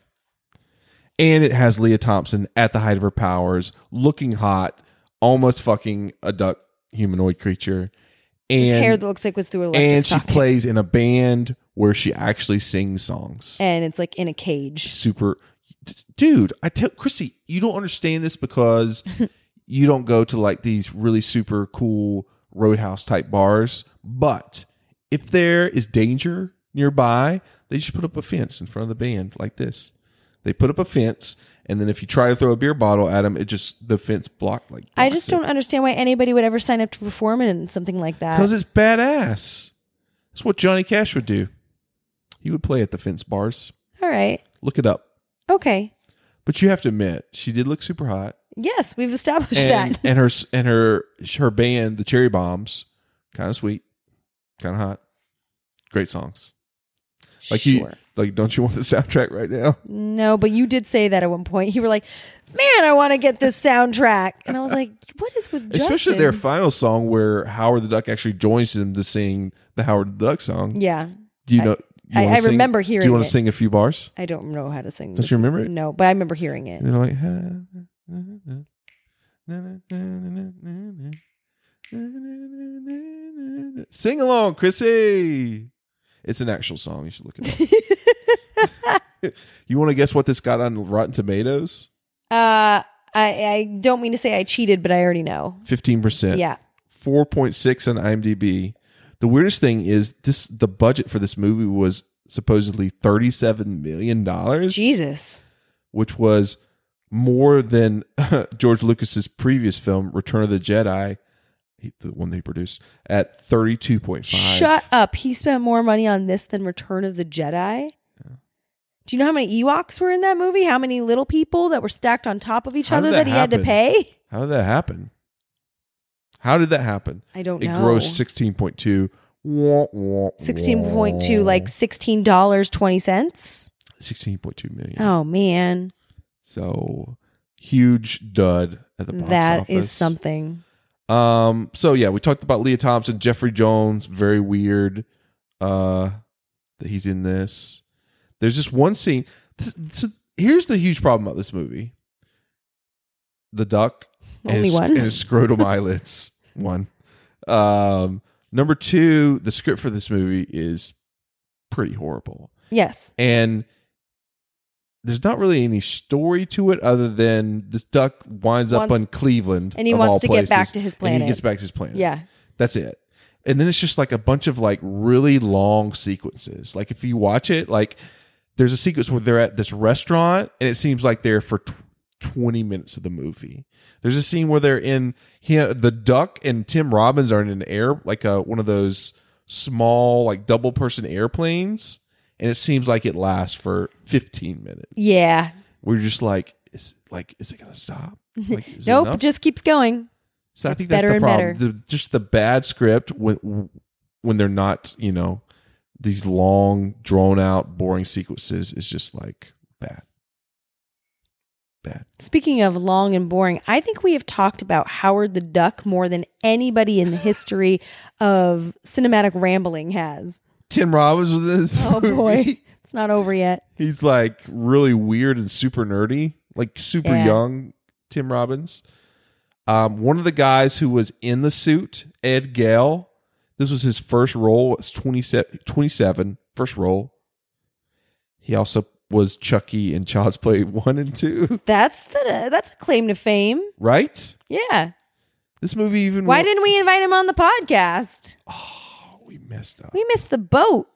And it has Leah Thompson at the height of her powers, looking hot, almost fucking a duck humanoid creature, and Hair that looks like was through an electric and she socket. plays in a band where she actually sings songs. and it's like in a cage. super dude i tell christy you don't understand this because you don't go to like these really super cool roadhouse type bars but if there is danger nearby they just put up a fence in front of the band like this they put up a fence and then if you try to throw a beer bottle at them it just the fence blocked like I just don't understand why anybody would ever sign up to perform in something like that. because it's badass that's what johnny cash would do he would play at the fence bars All right. look it up Okay. but you have to admit she did look super hot Yes, we've established and, that. and her and her her band, the Cherry Bombs, kind of sweet, kind of hot, great songs. Like you, Sure. like don't you want the soundtrack right now? No, but you did say that at one point. You were like, "Man, I want to get this soundtrack," and I was like, "What is with Justin? Especially their final song where Howard the Duck actually joins them to sing the Howard the Duck song. yeah, Do you know? You I- wanna I remember Do hearing you want it. to sing a few bars? I don't know how to sing. Don't this. you remember it? No, but I remember hearing it. And they're like, "Ah." sing along, Chrissy. It's an actual song. You should look it up. you want to guess what this got on Rotten Tomatoes? Uh, I, I don't mean to say I cheated, but I already know. 15%. Yeah, 4.6 on IMDb. The weirdest thing is this the budget for this movie was supposedly 37 million dollars. Jesus. which was more than George Lucas's previous film, Return of the Jedi, he- the one they produced, at thirty-two point five. Shut up. He spent more money on this than Return of the Jedi. Do you know how many Ewoks were in that movie? How many little people that were stacked on top of each How did other that, that he had to happen? pay? How did that happen? How did that happen? I don't it know. grossed sixteen point two. Sixteen 16.2 like $16.20. sixteen point two million. Oh man, So huge dud at the box that office. is something. Um. So yeah, we talked about Leah Thompson, Jeffrey Jones. Very weird. Uh, that he's in this. There's just one scene. Th- So here's the huge problem about this movie: the duck and Only his- one. and his scrotum eyelids. One. Um. Number two, the script for this movie is pretty horrible, Yes. and there's not really any story to it other than this duck winds up Wants- on Cleveland, and he of wants all to get back places, to his and planet. he gets back to his planet. Yeah. That's it. And then it's just like a bunch of like really long sequences. Like if you watch it, like there's a sequence where they're at this restaurant and it seems like they're for tw- 20 minutes of the movie. There's a scene where they're in he- the duck and Tim Robbins are in an air like a one of those small like double person airplanes and it seems like it lasts for 15 minutes. Yeah. We're just like is like is it going to stop? Like, is it nope, enough? just keeps going. So I It's think that's better the and problem. better. The, just the bad script when when they're not, you know, these long, drawn out, boring sequences is just like bad. Bad. Speaking of long and boring, I think we have talked about Howard the Duck more than anybody in the history of cinematic rambling has. Tim Robbins with this. Oh boy, it's not over yet. He's like really weird and super nerdy, like super Yeah. young Tim Robbins. Um, one of the guys who was in the suit, Ed Gale, this was his first role. It's 27, 27 first role. He also was Chucky in Child's Play 1 and 2, That's the that's a claim to fame. right? Yeah. This movie even. Oh, Why didn't we invite him on the podcast? we messed up? We missed the boat.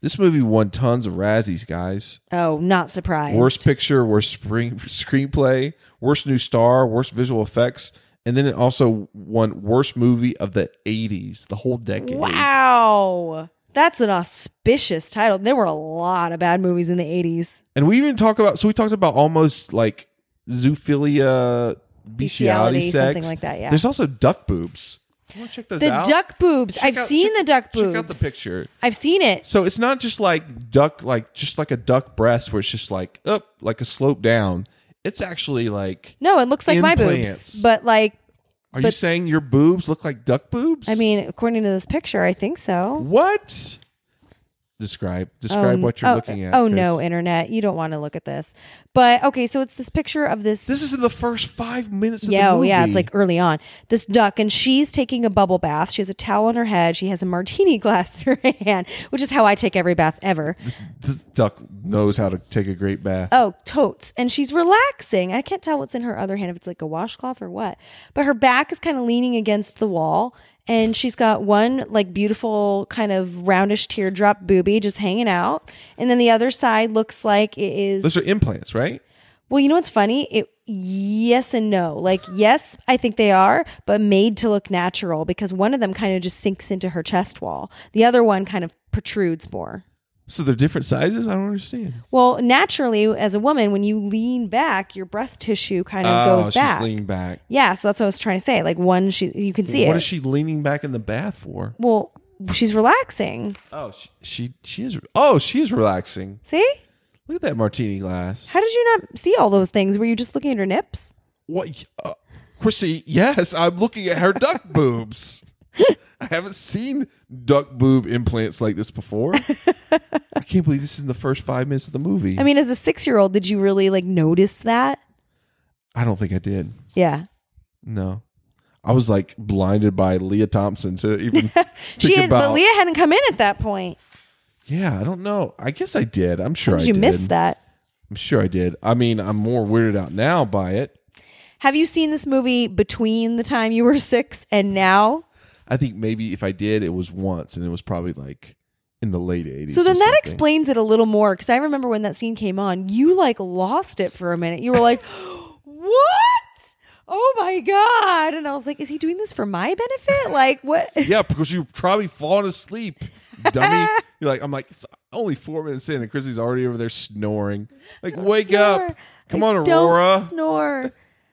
This movie won tons of Razzies, guys. Oh, not surprised. Worst picture, worst spring, screenplay, worst new star, worst visual effects, and then it also won worst movie of the 80s, the whole decade. Wow. That's an auspicious title. There were a lot of bad movies in the 80s. And we even talk about so we talked about almost like zoophilia, bestiality, Bestiality, sex, something like that, yeah. There's also duck boobs. You want to check those The out? duck boobs. Check I've out- seen check- the duck boobs. check out the picture. I've seen it. So it's not just like duck, like just like a duck breast where it's just like up, like a slope down. It's actually like. No, it looks like my Implants. boobs. But like Are you but- saying your boobs look like duck boobs? I mean, according to this picture, I think so. what? Describe describe Oh, what you're oh, looking at. Oh no, Chris. internet. You don't want to look at this. But okay, so it's this picture of this This is in the first five minutes of yeah, the oh, movie. yeah, it's like early on. This duck, and she's taking a bubble bath. She has a towel on her head. She has a martini glass in her hand, which is how I take every bath ever. this, this duck knows how to take a great bath. Oh, totes. And she's relaxing. I can't tell what's in her other hand, if it's like a washcloth or what. But her back is kind of leaning against the wall. And she's got one like beautiful kind of roundish teardrop boobie just hanging out. And then the other side looks like it is. Those are implants, right? Well, you know what's funny? It yes and no. Like yes, I think they are, but made to look natural because one of them kind of just sinks into her chest wall. The other one kind of protrudes more. So they're different sizes. I don't understand. Well, naturally, as a woman, when you lean back, your breast tissue kind of oh, goes she's back. leaning back. Yeah, so that's what I was trying to say. Like one, she you can see What it. is she leaning back in the bath for? well, she's relaxing. Oh, she, she she is. Oh, she is relaxing. See, Look at that martini glass. how did you not see all those things? Were you just looking at her nips? What, uh, Chrissy? Yes, I'm looking at her duck boobs. I haven't seen duck boob implants like this before. I can't believe this is in the first five minutes of the movie. I mean, as a six-year-old, did you really like notice that? I don't think I did. Yeah. No, I was like blinded by Leah Thompson to even She think had, about. but Leah hadn't come in at that point. yeah, I don't know. I guess I did. I'm sure Did I you did. miss that? I'm sure I did. I mean, I'm more weirded out now by it. Have you seen this movie between the time you were six and now? I think maybe if I did, it was once, and it was probably like in the late '80s. So or then that something. explains it a little more because I remember when that scene came on, you like lost it for a minute. You were like, what? Oh my God. And I was like, is he doing this for my benefit? Like, what? Yeah, because you're probably falling asleep, dummy. You're like, I'm like, it's only four minutes in, and Chrissy's already over there snoring. Like, wake Snore. up! Come Like, on, don't Aurora. snore.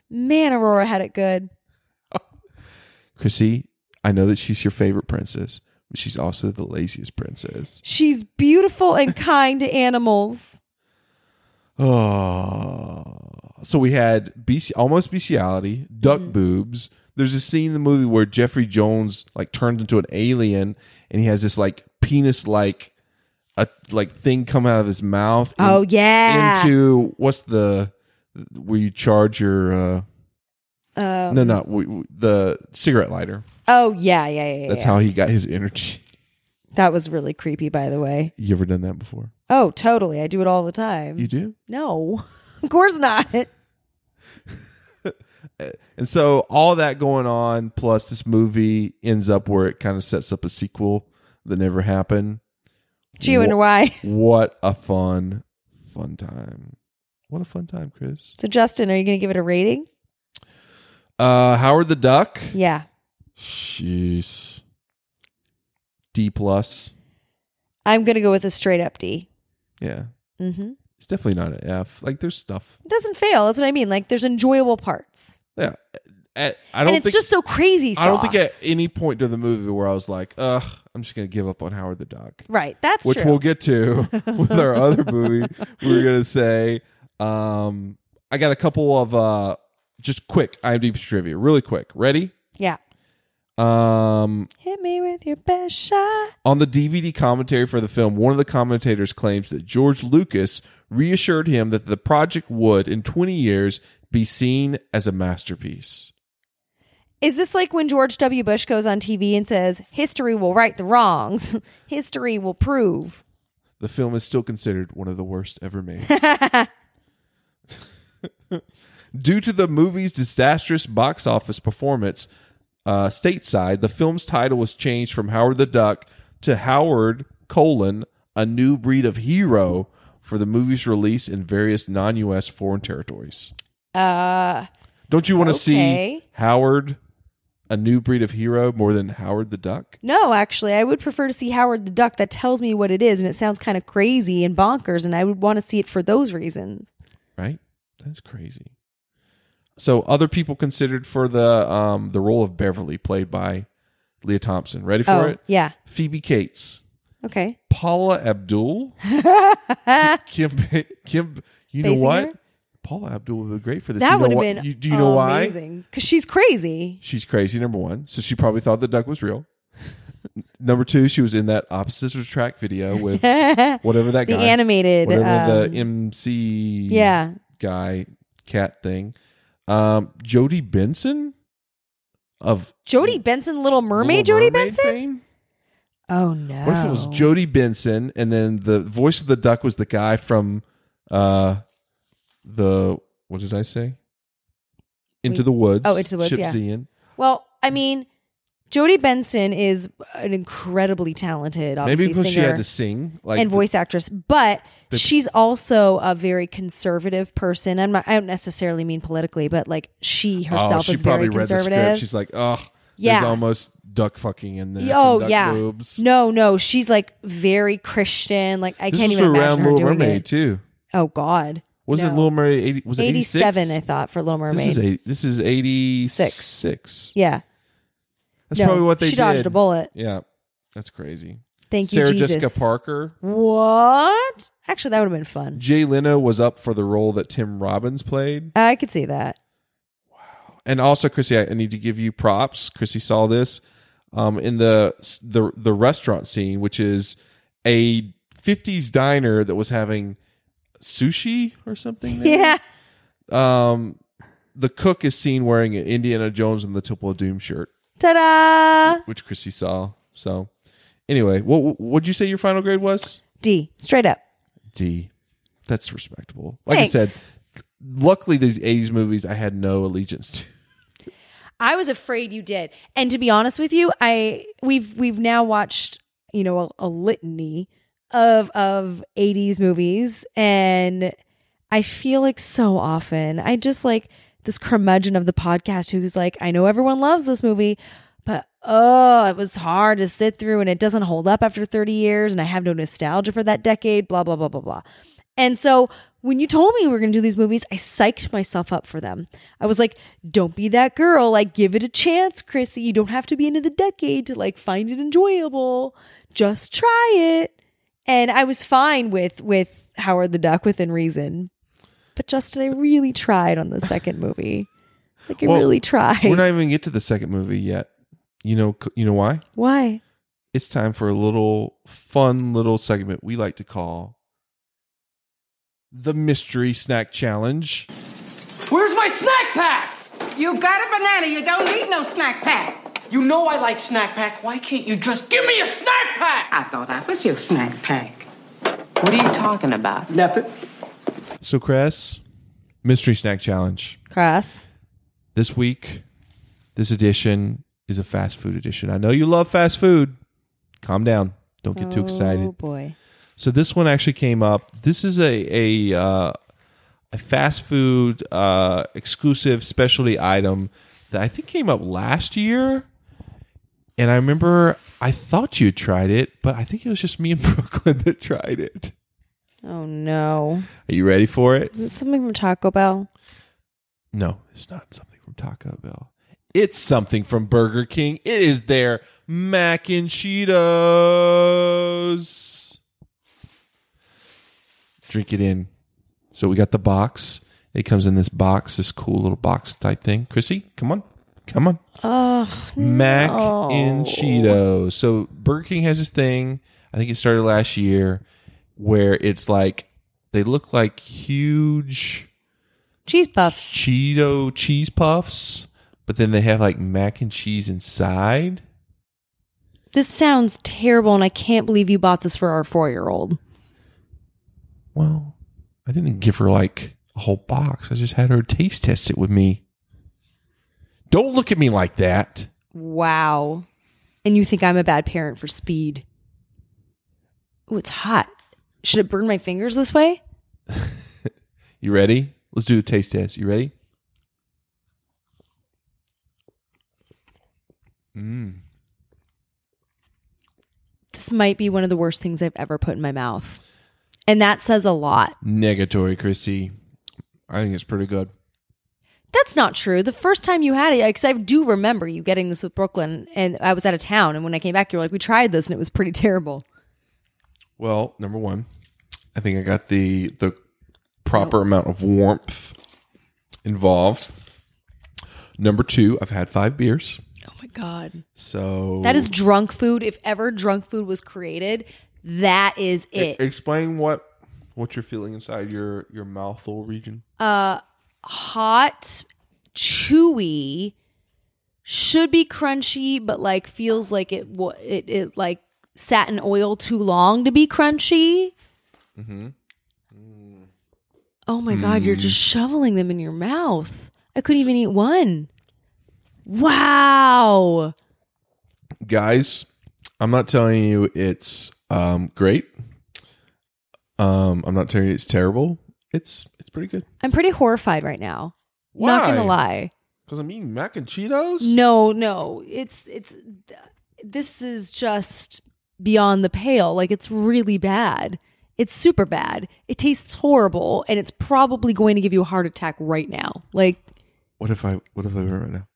Man, Aurora had it good. Chrissy, I know that she's your favorite princess, but she's also the laziest princess. She's beautiful and kind to animals. Oh, so we had BC, almost bestiality, duck Mm-hmm. boobs. There's a scene in the movie where Jeffrey Jones like turns into an alien, and he has this like penis like a like thing come out of his mouth. and Oh, yeah. into what's the where you charge your uh Um, no not w- w- the cigarette lighter. Oh, yeah, yeah, yeah. yeah, That's yeah. how he got his energy. That was really creepy, by the way. You ever done that before? Oh, totally. I do it all the time. You do. no, of course not. And so all that going on, plus this movie ends up where it kind of sets up a sequel that never happened. Do you wonder why? What a fun, fun time. What a fun time, Chris. So, Justin, are you going to give it a rating? Uh Howard the Duck. Yeah. Jeez. D plus. I'm going to go with a straight up D. Yeah. Mm-hmm. It's definitely not an F. Like there's stuff. It doesn't fail. That's what I mean. Like, there's enjoyable parts. Yeah. I, I don't And it's think just so crazy sauce. I don't think at any point during the movie where I was like, ugh, I'm just gonna give up on Howard the Duck. Right. That's which true. we'll get to with our other movie. We are gonna say, um, I got a couple of uh, just quick IMDb trivia, really quick. Ready? yeah. Um, Hit me with your best shot. on the DVD commentary for the film, one of the commentators claims that George Lucas reassured him that the project would, in 20 years, be seen as a masterpiece. Is this like when George W. Bush goes on TV and says, history will right the wrongs? history will prove. The film is still considered one of the worst ever made. Due to the movie's disastrous box office performance uh, stateside, the film's title was changed from Howard the Duck to Howard colon a new breed of hero for the movie's release in various non-U.S. foreign territories. Uh, Don't you want to Okay. see Howard, a new breed of hero, more than Howard the Duck? no, actually, I would prefer to see Howard the Duck. That tells me what it is, and it sounds kind of crazy and bonkers, and I would want to see it for those reasons. Right? That's crazy. So other people considered for the um, the role of Beverly, played by Leah Thompson. Ready for oh, it? yeah. Phoebe Cates, Okay. Paula Abdul, that Kim. Kim, you know Basinger? what? Paula Abdul would be great for this. You know would have why- been. You, do you know why? Because she's crazy. She's crazy, number one. So she probably thought the duck was real. number two, she was in that Opposites Attract video with the whatever that guy. animated. Whatever um, the E. MC yeah. guy cat thing. Um, Jody Benson of Jodie Benson, Little Mermaid, Little Jodie Mermaid Benson? fame? Oh, no. What if it was Jody Benson and then the voice of the duck was the guy from uh the what did I say? Into Wait. the Woods. Oh, Into the Woods, yeah. Gypsy in. Well, I mean, Jodie Benson is an incredibly talented, obviously, Maybe because singer she had to sing like and voice actress, but the- she's also a very conservative person. I'm not, I don't necessarily mean politically, but like she herself Oh, she is very read the conservative. script. She's like, oh, Yeah. there's almost duck fucking in this. oh and duck yeah, boobs. no, no, she's like very Christian. Like I this can't was even around imagine her Little doing Mermaid it. too. Oh God, Was it No. Little Mermaid? 80, was it 86? eighty-seven. I thought for Little Mermaid. This is eight, this is eighty Six. six. yeah, That's no, probably what they she dodged did. a bullet. Yeah, that's crazy. Thank you, Sarah Jesus. Jessica Parker. What? Actually, that would have been fun. Jay Leno was up for the role that Tim Robbins played, I could see that. and also Chrissy. I I need to give you props. Chrissy saw this um, in the the the restaurant scene, which is a '50s diner that was having sushi or something. Yeah. there. Um, the cook is seen wearing an Indiana Jones and the Temple of Doom shirt. Ta da! which Chrissy saw. So, anyway, what would you say your final grade was? D, straight up. D. That's respectable. Like I Thanks. said, luckily these '80s movies I had no allegiance to. I was afraid you did. And to be honest with you, I we've we've now watched, you know, a, a litany of of 80s movies and I feel like so often I just like this curmudgeon of the podcast who's like, I know everyone loves this movie, but oh, it was hard to sit through and it doesn't hold up after 30 years and I have no nostalgia for that decade, blah, blah, blah, blah, blah. And so when you told me we were going to do these movies, I psyched myself up for them. I was like, don't be that girl. Like, give it a chance, Chrissy. You don't have to be into the decade to like find it enjoyable. Just try it. And I was fine with with Howard the Duck within reason. But Justin, I really tried on the second movie. Like I Well, really tried. We're not even get to the second movie yet. You know, you know why? Why? It's time for a little fun little segment we like to call the mystery snack challenge. Where's my snack pack? You got a banana. You don't need no snack pack. You know I like snack pack. Why can't you just give me a snack pack? I thought I was your snack pack. What are you talking about? Nothing. So, Chris, mystery snack challenge. Cross. this week, this edition is a fast food edition. I know you love fast food. Calm down. Don't get too Oh excited. boy. So this one actually came up. This is a a, uh, a fast food uh, exclusive specialty item that I think came up last year. And I remember I thought you tried it, but I think it was just me in Brooklyn that tried it. Oh no. Are you ready for it? Is it something from Taco Bell? No, it's not something from Taco Bell. It's something from Burger King. It is their mac and Cheetos. Drink it in. So we got the box. It comes in this box, this cool little box type thing. Chrissy, come on. Come on. Oh Mac and Cheetos. So Burger King has this thing. I think it started last year where it's like they look like huge cheese puffs. Cheeto cheese puffs, but then they have like mac and cheese inside. This sounds terrible, and I can't believe you bought this for our four year old. Well, I didn't give her like a whole box. I just had her taste test it with me. Don't look at me like that. Wow. And you think I'm a bad parent for speed. Ooh, it's hot. Should it burn my fingers this way? You ready? Let's do a taste test. You ready? This might be one of the worst things I've ever put in my mouth. And that says a lot. Negatory, Christy. I think it's pretty good. That's not true. The first time you had it, because I do remember you getting this with Brooklyn, and I was out of town. And when I came back, you were like, we tried this, and it was pretty terrible. Well, number one, I think I got the the Oh. proper amount of warmth involved. Number two, I've had five beers, Oh my God. so That is drunk food. If ever drunk food was created, that is it. E-, Explain what what you're feeling inside your your mouthful region. Hot, chewy, should be crunchy, but like feels like it wa- it, it like sat in oil too long to be crunchy. Oh my God, you're just shoveling them in your mouth. I couldn't even eat one. Wow. guys i'm not telling you it's um great um i'm not telling you it's terrible it's it's pretty good I'm pretty horrified right now. Not gonna Why? lie. because i'm eating mac and cheetos No, no. It's it's th- this is just beyond the pale. Like it's really bad. It's super bad. It tastes horrible and it's probably going to give you a heart attack right now. Like, what if i what if i went right now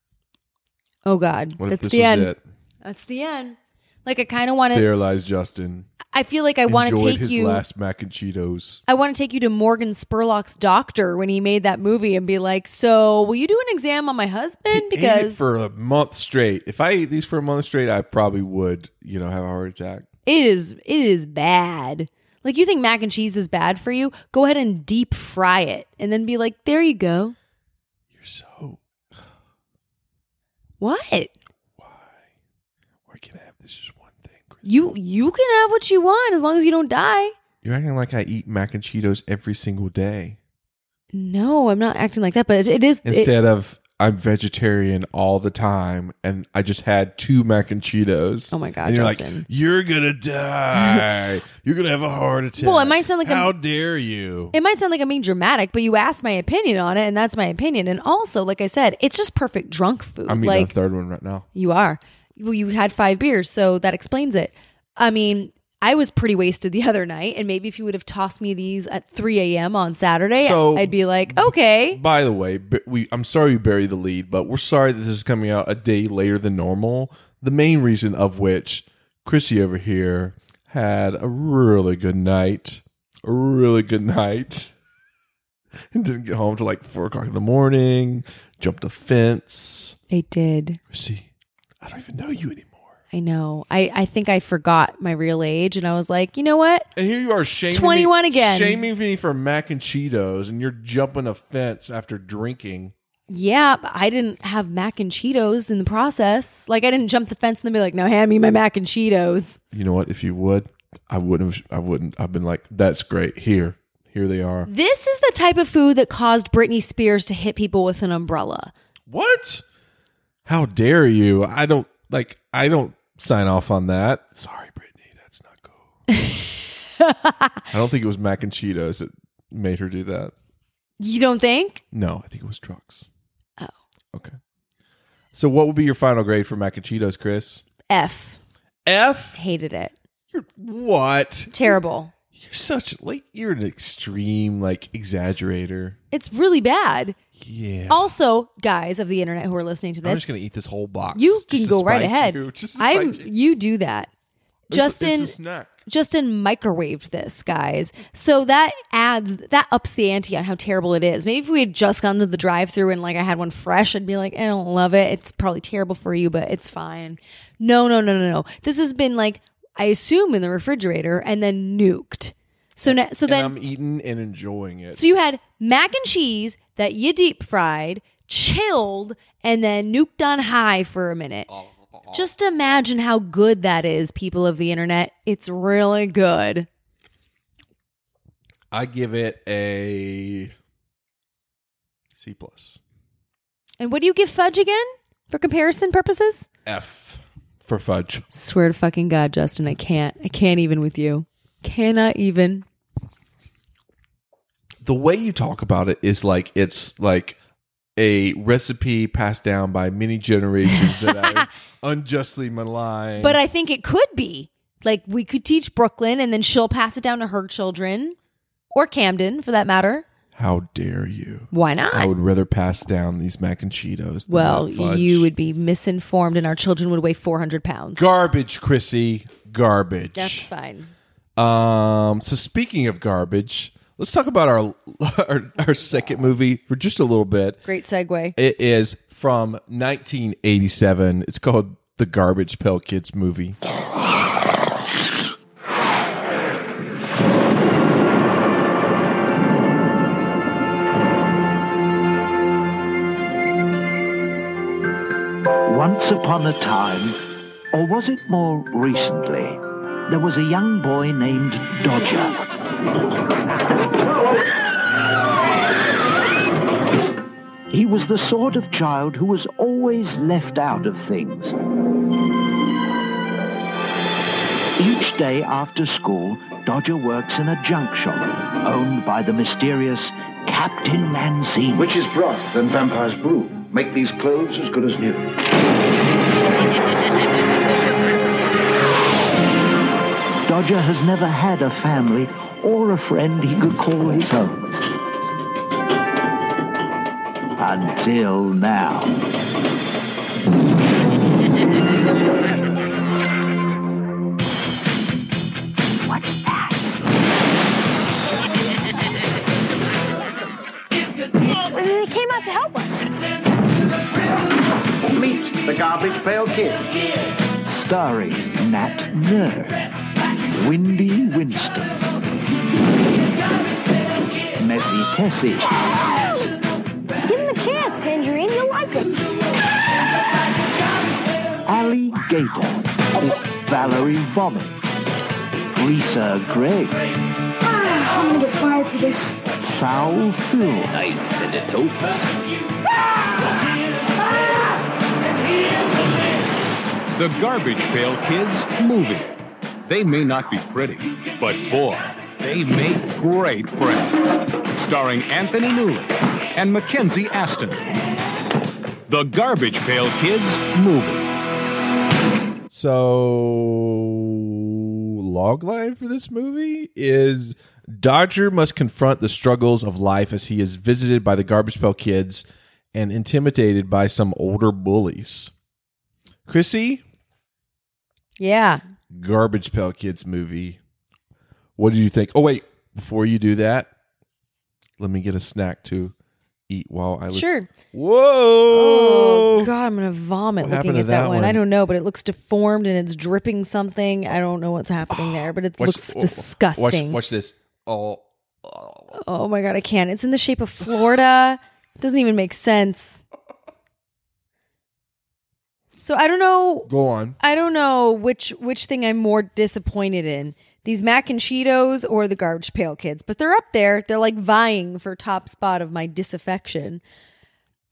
oh god. what if That's this the was end. it That's the end. Like I kind of want to there lies justin I feel like I want to enjoyed take his you last mac and cheetos I want to take you to Morgan Spurlock's doctor when he made that movie and be like, "So, will you do an exam on my husband Ate it because for a month straight if i ate these for a month straight i probably would you know have a heart attack It is it is bad. Like you think mac and cheese is bad for you? Go ahead and deep fry it and then be like, "There you go." you're so What? why can't i have this just one thing Chris? You you can have what you want as long as you don't die. you're acting like i eat mac and cheetos every single day No, I'm not acting like that, but it, it is it- instead of I'm vegetarian all the time and I just had two mac and Cheetos. Oh my God, And you're Justin. like, you're gonna die. you're gonna have a heart attack. Well, it might sound like I'm- how dare you? it might sound like I'm being dramatic, but you asked my opinion on it, and that's my opinion. And also, like I said, it's just perfect drunk food. I'm eating like a third one right now. You are. Well, you had five beers, so that explains it. I mean, I was pretty wasted the other night, and maybe if you would have tossed me these at 3 a.m. on Saturday, So- I'd be like, okay. By the way, b- we I'm sorry we buried the lead, but we're sorry that this is coming out a day later than normal. The main reason of which Chrissy over here had a really good night, a really good night, and didn't get home till like four o'clock in the morning. Jumped a fence. I did. Chrissy, I don't even know you anymore. I know. I, I think I forgot my real age, and I was like, you know what? And here you are shaming me- 21 again. shaming me for mac and Cheetos, and you're jumping a fence after drinking. Yeah, but I didn't have mac and Cheetos in the process. Like, I didn't jump the fence and then be like, now hand me my mac and Cheetos. you know what if you would i wouldn't have, i wouldn't i've been like that's great here here they are This is the type of food that caused Britney Spears to hit people with an umbrella. what how dare you i don't like i don't sign off on that sorry brittany that's not cool i don't think it was mac and cheetos that made her do that You don't think? no i think it was trucks oh okay so what would be your final grade for mac and cheetos chris F. f Hated it. what Terrible. you're such like you're an extreme like exaggerator It's really bad. yeah Also, guys of the internet who are listening to I'm this, just gonna eat this whole box. you just can to go right spite ahead. you, just to I'm spite you. you do that. Justin it's a snack. Justin microwaved this, guys. So that adds that ups the ante on how terrible it is. Maybe if we had just gone to the drive-through and like I had one fresh, I'd be like, I don't love it. It's probably terrible for you, but it's fine. No, no, no, no, no. This has been like I assume in the refrigerator and then nuked. So now, so then and I'm eating and enjoying it. So you had mac and cheese that you deep fried, chilled, and then nuked on high for a minute. Just imagine how good that is, people of the internet. It's really good. I give it a C plus And what do you give fudge again for comparison purposes? F for fudge. Swear to fucking God, Justin, I can't. I can't even with you. Cannot even. the way you talk about it is like it's like a recipe passed down by many generations that I unjustly maligned. But uh, I think it could be. Like we could teach Brooklyn and then she'll pass it down to her children or Camden for that matter. how dare you? Why not? I would rather pass down these mac and Cheetos. than well, that fudge. you would be misinformed and our children would weigh 400 pounds. garbage, Chrissy. Garbage. That's fine. Um, so speaking of garbage, let's talk about our our, our second movie for just a little bit. Great segue. It is from 1987. It's called The Garbage Pail Kids Movie. Once upon a time, or was it more recently, there was a young boy named Dodger. He was the sort of child who was always left out of things. Each day after school, Dodger works in a junk shop owned by the mysterious Captain Mancini. Witch's broth and vampire's brew make these clothes as good as new. Dodger has never had a family or a friend he could call his own. Until now. What's that? They came out to help us. Meet the garbage pail kid. Starring Nat Nerve, Windy Winston, Messy Tessie, Give him a chance, Tangerine. You'll like it. Ali Gator, Valerie Vomit, Lisa Gregg, Ah, I'm gonna get fired for this. Foul Phil. Ah! Ah! The Garbage Pail Kids movie. They may not be pretty, but boy, they make great friends. Starring Anthony Newley and Mackenzie Aston. The Garbage Pail Kids movie. So, log line for this movie is Dodger must confront the struggles of life as he is visited by the Garbage Pail Kids and intimidated by some older bullies. Chrissy, Yeah. Garbage Pail Kids movie. What did you think? Oh wait, before you do that, let me get a snack to eat while I listen. Sure. Whoa. Oh God, I'm gonna vomit What looking happened to at that, that one. one? I don't know, but it looks deformed and it's dripping something. I don't know what's happening there, but it looks oh, disgusting. Watch, watch this. Oh, Oh my god, I can't. It's in the shape of Florida. It doesn't even make sense. So I don't know go on. I don't know which which thing I'm more disappointed in. These mac and Cheetos or the garbage pail kids, but they're up there. They're like vying for top spot of my disaffection.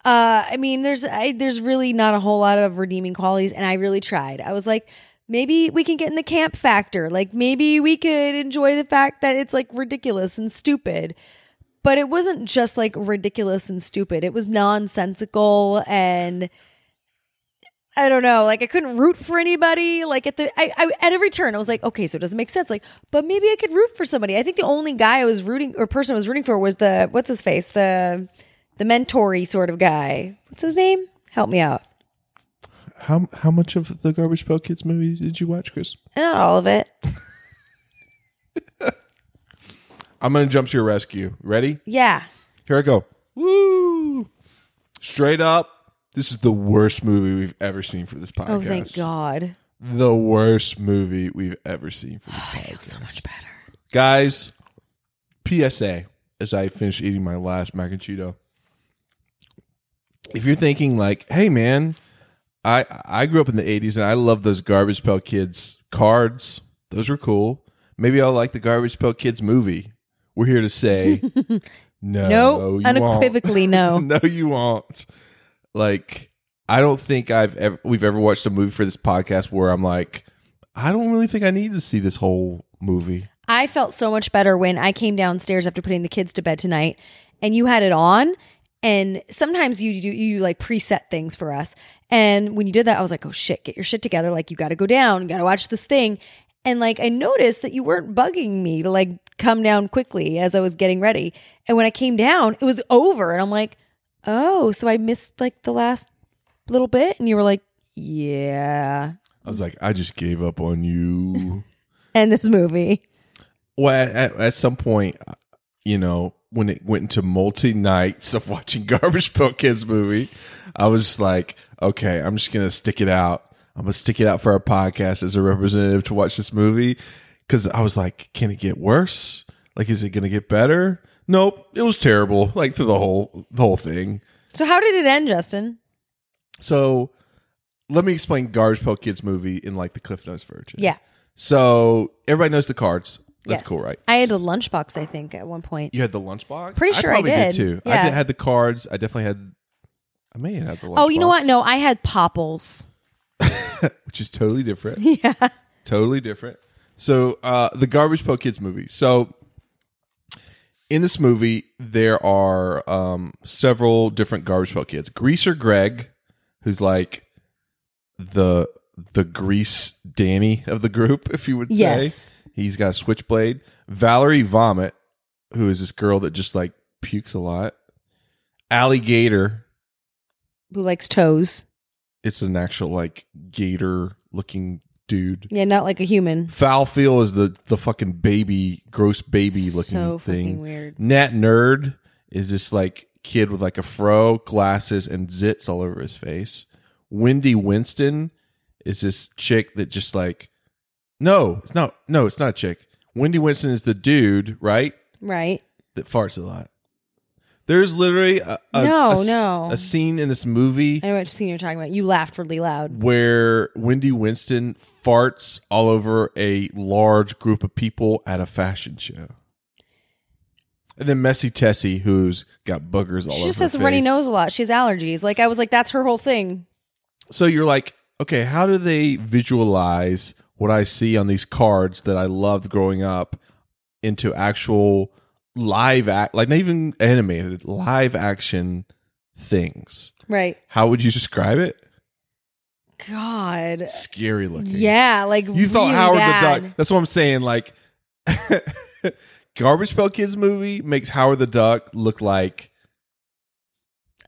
Uh, I mean, there's I, there's really not a whole lot of redeeming qualities, and I really tried. I was like, maybe we can get in the camp factor. Like maybe we could enjoy the fact that it's like ridiculous and stupid. But it wasn't just like ridiculous and stupid. It was nonsensical and I don't know. Like I couldn't root for anybody. Like at the I, I at every turn, I was like, okay, so it doesn't make sense. Like, but maybe I could root for somebody. I think the only guy I was rooting or person I was rooting for was the what's his face the the mentory sort of guy. What's his name? Help me out. How how much of the Garbage Pail Kids movie did you watch, Chris? Eh, Not all of it. I'm gonna jump to your rescue. Ready? Yeah. Here I go. Woo! Straight up, this is the worst movie we've ever seen for this podcast. Oh, thank God. The worst movie we've ever seen for this podcast. Oh, I feel so much better, guys. PSA: As I finish eating my last mac and cheeto, if you're thinking like, "Hey, man, I I grew up in the '80s and I love those Garbage Pail Kids cards. Those were cool. Maybe I'll like the Garbage Pail Kids movie." We're here to say, no, Nope. Uh, you Unequivocally, no. won't. no, you won't. Like, I don't think I've ever we've ever watched a movie for this podcast where I'm like, I don't really think I need to see this whole movie. I felt so much better when I came downstairs after putting the kids to bed tonight and you had it on. And sometimes you do you like preset things for us. And when you did that, I was like, oh shit, get your shit together. Like you gotta go down, you gotta watch this thing. And like I noticed that you weren't bugging me to like come down quickly as I was getting ready. And when I came down, it was over. And I'm like, oh, so I missed like the last little bit. And you were like, yeah. I was like, I just gave up on you. And this movie. well, at, at, at some point, you know, when it went into multi nights of watching Garbage Pail Kids movie, I was just like, okay, I'm just gonna stick it out. I'm gonna stick it out for our podcast as a representative to watch this movie because I was like, can it get worse? Like, is it gonna get better? Nope, it was terrible. Like through the whole the whole thing. So how did it end, Justin? So let me explain Garbage Pail Kids movie in like the Cliff Notes version. Yeah. So everybody knows the cards. That's Yes. cool, right? I had a lunchbox, I think, at one point. You had the lunchbox. Pretty sure I probably did. too. I Yeah. did, had the cards. I definitely had. I may have had the. Lunchbox, oh, you know what? No, I had popples. which is totally different. Yeah. totally different. So uh, the Garbage Pail Kids movie. So in this movie, there are um, several different Garbage Pail Kids. Greaser Greg, who's like the the grease Danny of the group, if you would say. Yes. He's got a switchblade. Valerie Vomit, who is this girl that just like pukes a lot. Alligator. Who likes toes? It's an actual like gator looking dude. Yeah, not like a human. Foul Feel is the the fucking baby, gross baby looking So fucking thing. weird. Nat Nerd is this like kid with like a fro, glasses, and zits all over his face. Wendy Winston is this chick that just like no, it's not no, it's not a chick. Wendy Winston is the dude, right? Right. That farts a lot. There's literally a, a- No, a s- no. a scene in this movie I know what scene you're talking about. You laughed really loud. where Wendy Winston farts all over a large group of people at a fashion show. And then Messy Tessie, who's got boogers all over She just her has a runny face. nose a lot. She has allergies. Like I was like, that's her whole thing. So you're like, okay, how do they visualize what I see on these cards that I loved growing up into actual live act, like not even animated, live action things? Right. How would you describe it? God. Scary looking. Yeah. Like You thought really Howard bad. the Duck. That's what I'm saying. Like, Garbage Pail Kids movie makes Howard the Duck look like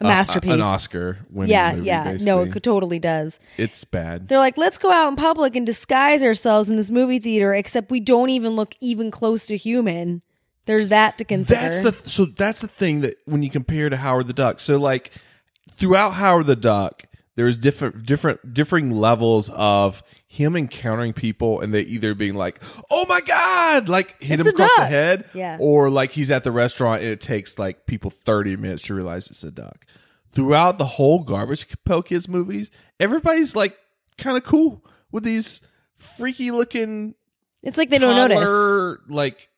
A masterpiece. Uh, an Oscar winning yeah. movie. yeah. No, it basically. totally does. it's bad. They're like, let's go out in public and disguise ourselves in this movie theater, except we don't even look even close to human. There's that to consider. That's the so that's the thing that when you compare to Howard the Duck. So like throughout Howard the Duck, there's different different differing levels of him encountering people and they either being like, "Oh my god!" like hit It's a him across the duck. head, Yeah. or like he's at the restaurant and it takes like people 30 minutes to realize it's a duck. Throughout the whole Garbage Pail Kids movies, everybody's like kind of cool with these freaky looking it's like they don't notice. toddler, Like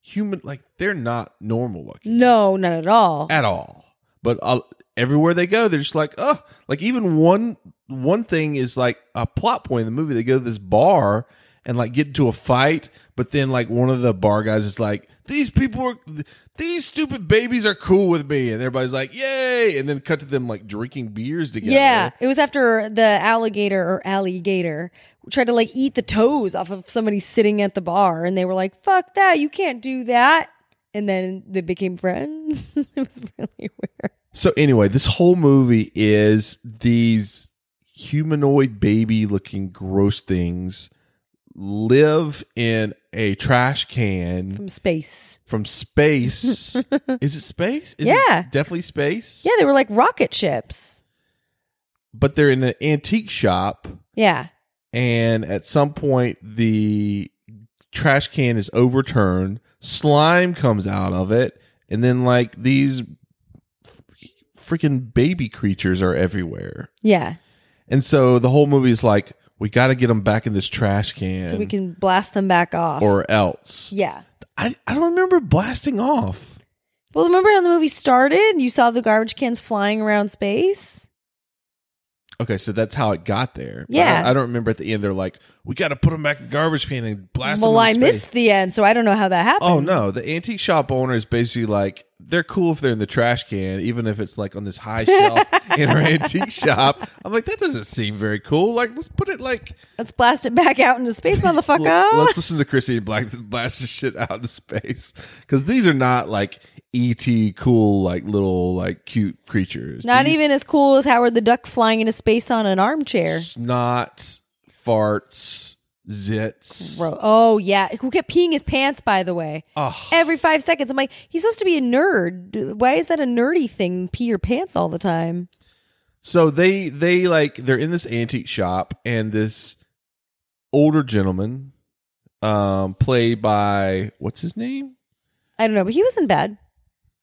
human, like they're not normal looking No, not at all. at all. But uh, everywhere they go, they're just like, oh, like even one one thing is like a plot point in the movie. They go to this bar and like get into a fight, but then like one of the bar guys is like, these people are. These stupid babies are cool with me, and everybody's like, "Yay!" And then cut to them like drinking beers together. Yeah, it was after the alligator or alligator tried to like eat the toes off of somebody sitting at the bar, and they were like, "Fuck that! You can't do that!" And then they became friends. it was really weird. So anyway, this whole movie is these humanoid baby looking gross things live in a trash can From space. from space. is it space? Is Yeah. It definitely space. Yeah, they were like rocket ships. But they're in an antique shop Yeah, and at some point the trash can is overturned slime comes out of it and then like these f- freaking baby creatures are everywhere yeah. and so the whole movie is like we got to get them back in this trash can So we can blast them back off. or else yeah. I, I don't remember blasting off Well, remember how the movie started? You saw the garbage cans flying around space. Okay, so that's how it got there. But Yeah. I don't, I don't remember at the end. They're like, "We got to put them back in garbage can and blast them." Well, I into space." missed the end, so I don't know how that happened. Oh no, the antique shop owner is basically like they're cool if they're in the trash can, even if it's like on this high shelf in our antique shop. I'm like, that doesn't seem very cool. Like, let's put it like Let's blast it back out into space, l- motherfucker. let's listen to Chrissy and Black blast this shit out into space because these are not like ET cool like little like cute creatures. Not These even as cool as Howard the Duck flying into space on an armchair. snot farts zits. Bro. Oh yeah, who kept peeing his pants? By the way, every five seconds. I'm like, he's supposed to be a nerd. Why is that a nerdy thing? Pee your pants all the time. So they they like they're in this antique shop and this older gentleman um played by what's his name? I don't know, but he wasn't bad.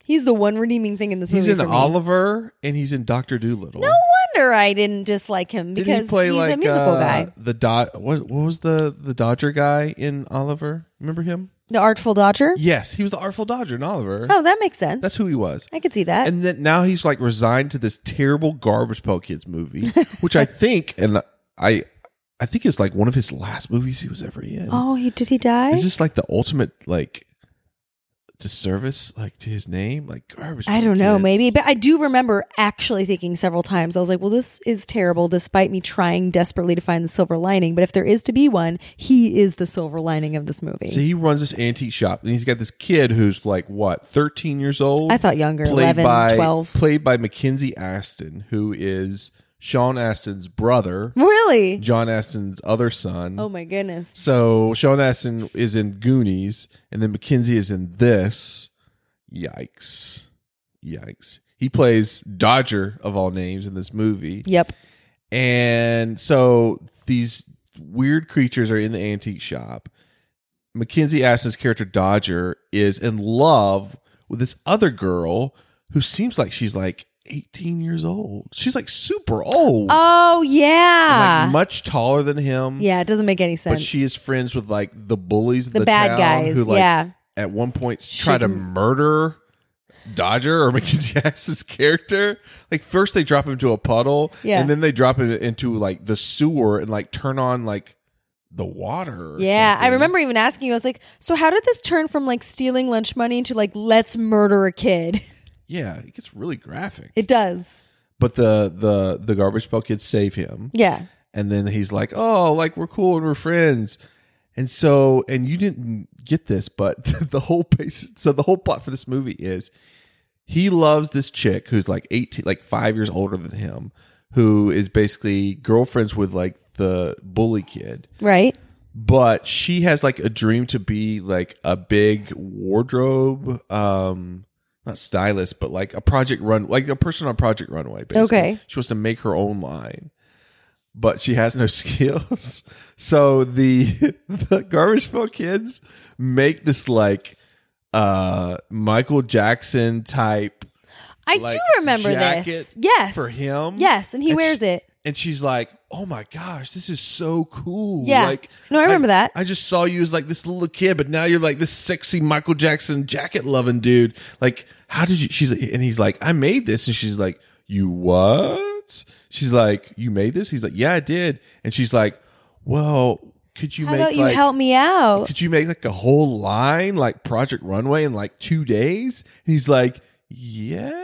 He's the one redeeming thing in this He's movie. in for me. Oliver and he's in Doctor Doolittle. No wonder I didn't dislike him Didn't because he's a musical uh, guy. The dot what what was the the Dodger guy in Oliver? Remember him? The Artful Dodger. Yes, he was the artful Dodger in Oliver. Oh, that makes sense. That's who he was. I could see that. and then now he's like resigned to this terrible garbage pail kids movie which i think and i i think it's like one of his last movies he was ever in oh, he did he die? is this like the ultimate like disservice like to his name like garbage I Pail don't know, Kids. maybe, but I do remember actually thinking several times. I was like, "Well, this is terrible." Despite me trying desperately to find the silver lining, but if there is to be one, he is the silver lining of this movie. so he runs this antique shop and he's got this kid who's like what 13 years old I thought younger, 11, by 12. played by Mackenzie Aston who is Sean Aston's brother really? John Aston's other son Oh my goodness! So Sean Astin is in Goonies, and then Mackenzie is in this. Yikes. Yikes. He plays Dodger of all names in this movie. Yep. And so these weird creatures are in the antique shop. Mackenzie Astin's character Dodger is in love with this other girl who seems like she's like 18 years old. She's like "Mmm." super old. Oh and, yeah, like much taller than him. yeah. It doesn't make any sense. But she is friends with like the bullies, of The the, bad town guys, who like yeah. at one point She try to can- murder Dodger or Mackenzie Ass's character. Like first they drop him into a puddle, Yeah. and then they drop him into like the sewer and like turn on like the water. or yeah, I something. remember even asking you. I was like, "So how did this turn from like stealing lunch money to like let's murder a kid?" Yeah, it gets really graphic. It does. but the the the garbage pail kids save him. Yeah. And then he's like, "Oh, like we're cool and we're friends." And so, and you didn't get this, but the whole base. So the whole plot for this movie is he loves this chick who's like eighteen, like five years older than him, who is basically girlfriends with like the bully kid. Right. But she has like a dream to be like a big wardrobe, um, not stylist, but like a project run, like a person on Project Runway. Basically, Okay. she wants to make her own line but she has no skills. So the the garbage pail kids make this like uh Michael Jackson type I like, do remember jacket this. Yes. for him. Yes, and he And wears she- it. and she's like, "Oh my gosh, this is so cool!" Yeah. like, No, I remember that. I just saw you as like this little kid, but now you're like this sexy Michael Jackson jacket loving dude. Like, how did you? She's like, and he's like, "I made this," and she's like, "You what?" She's like, "You made this?" He's like, "Yeah, I did," and she's like, "Well, could you How make about you like, help me out? could you make like a whole line like Project Runway in like two days? He's like, yeah.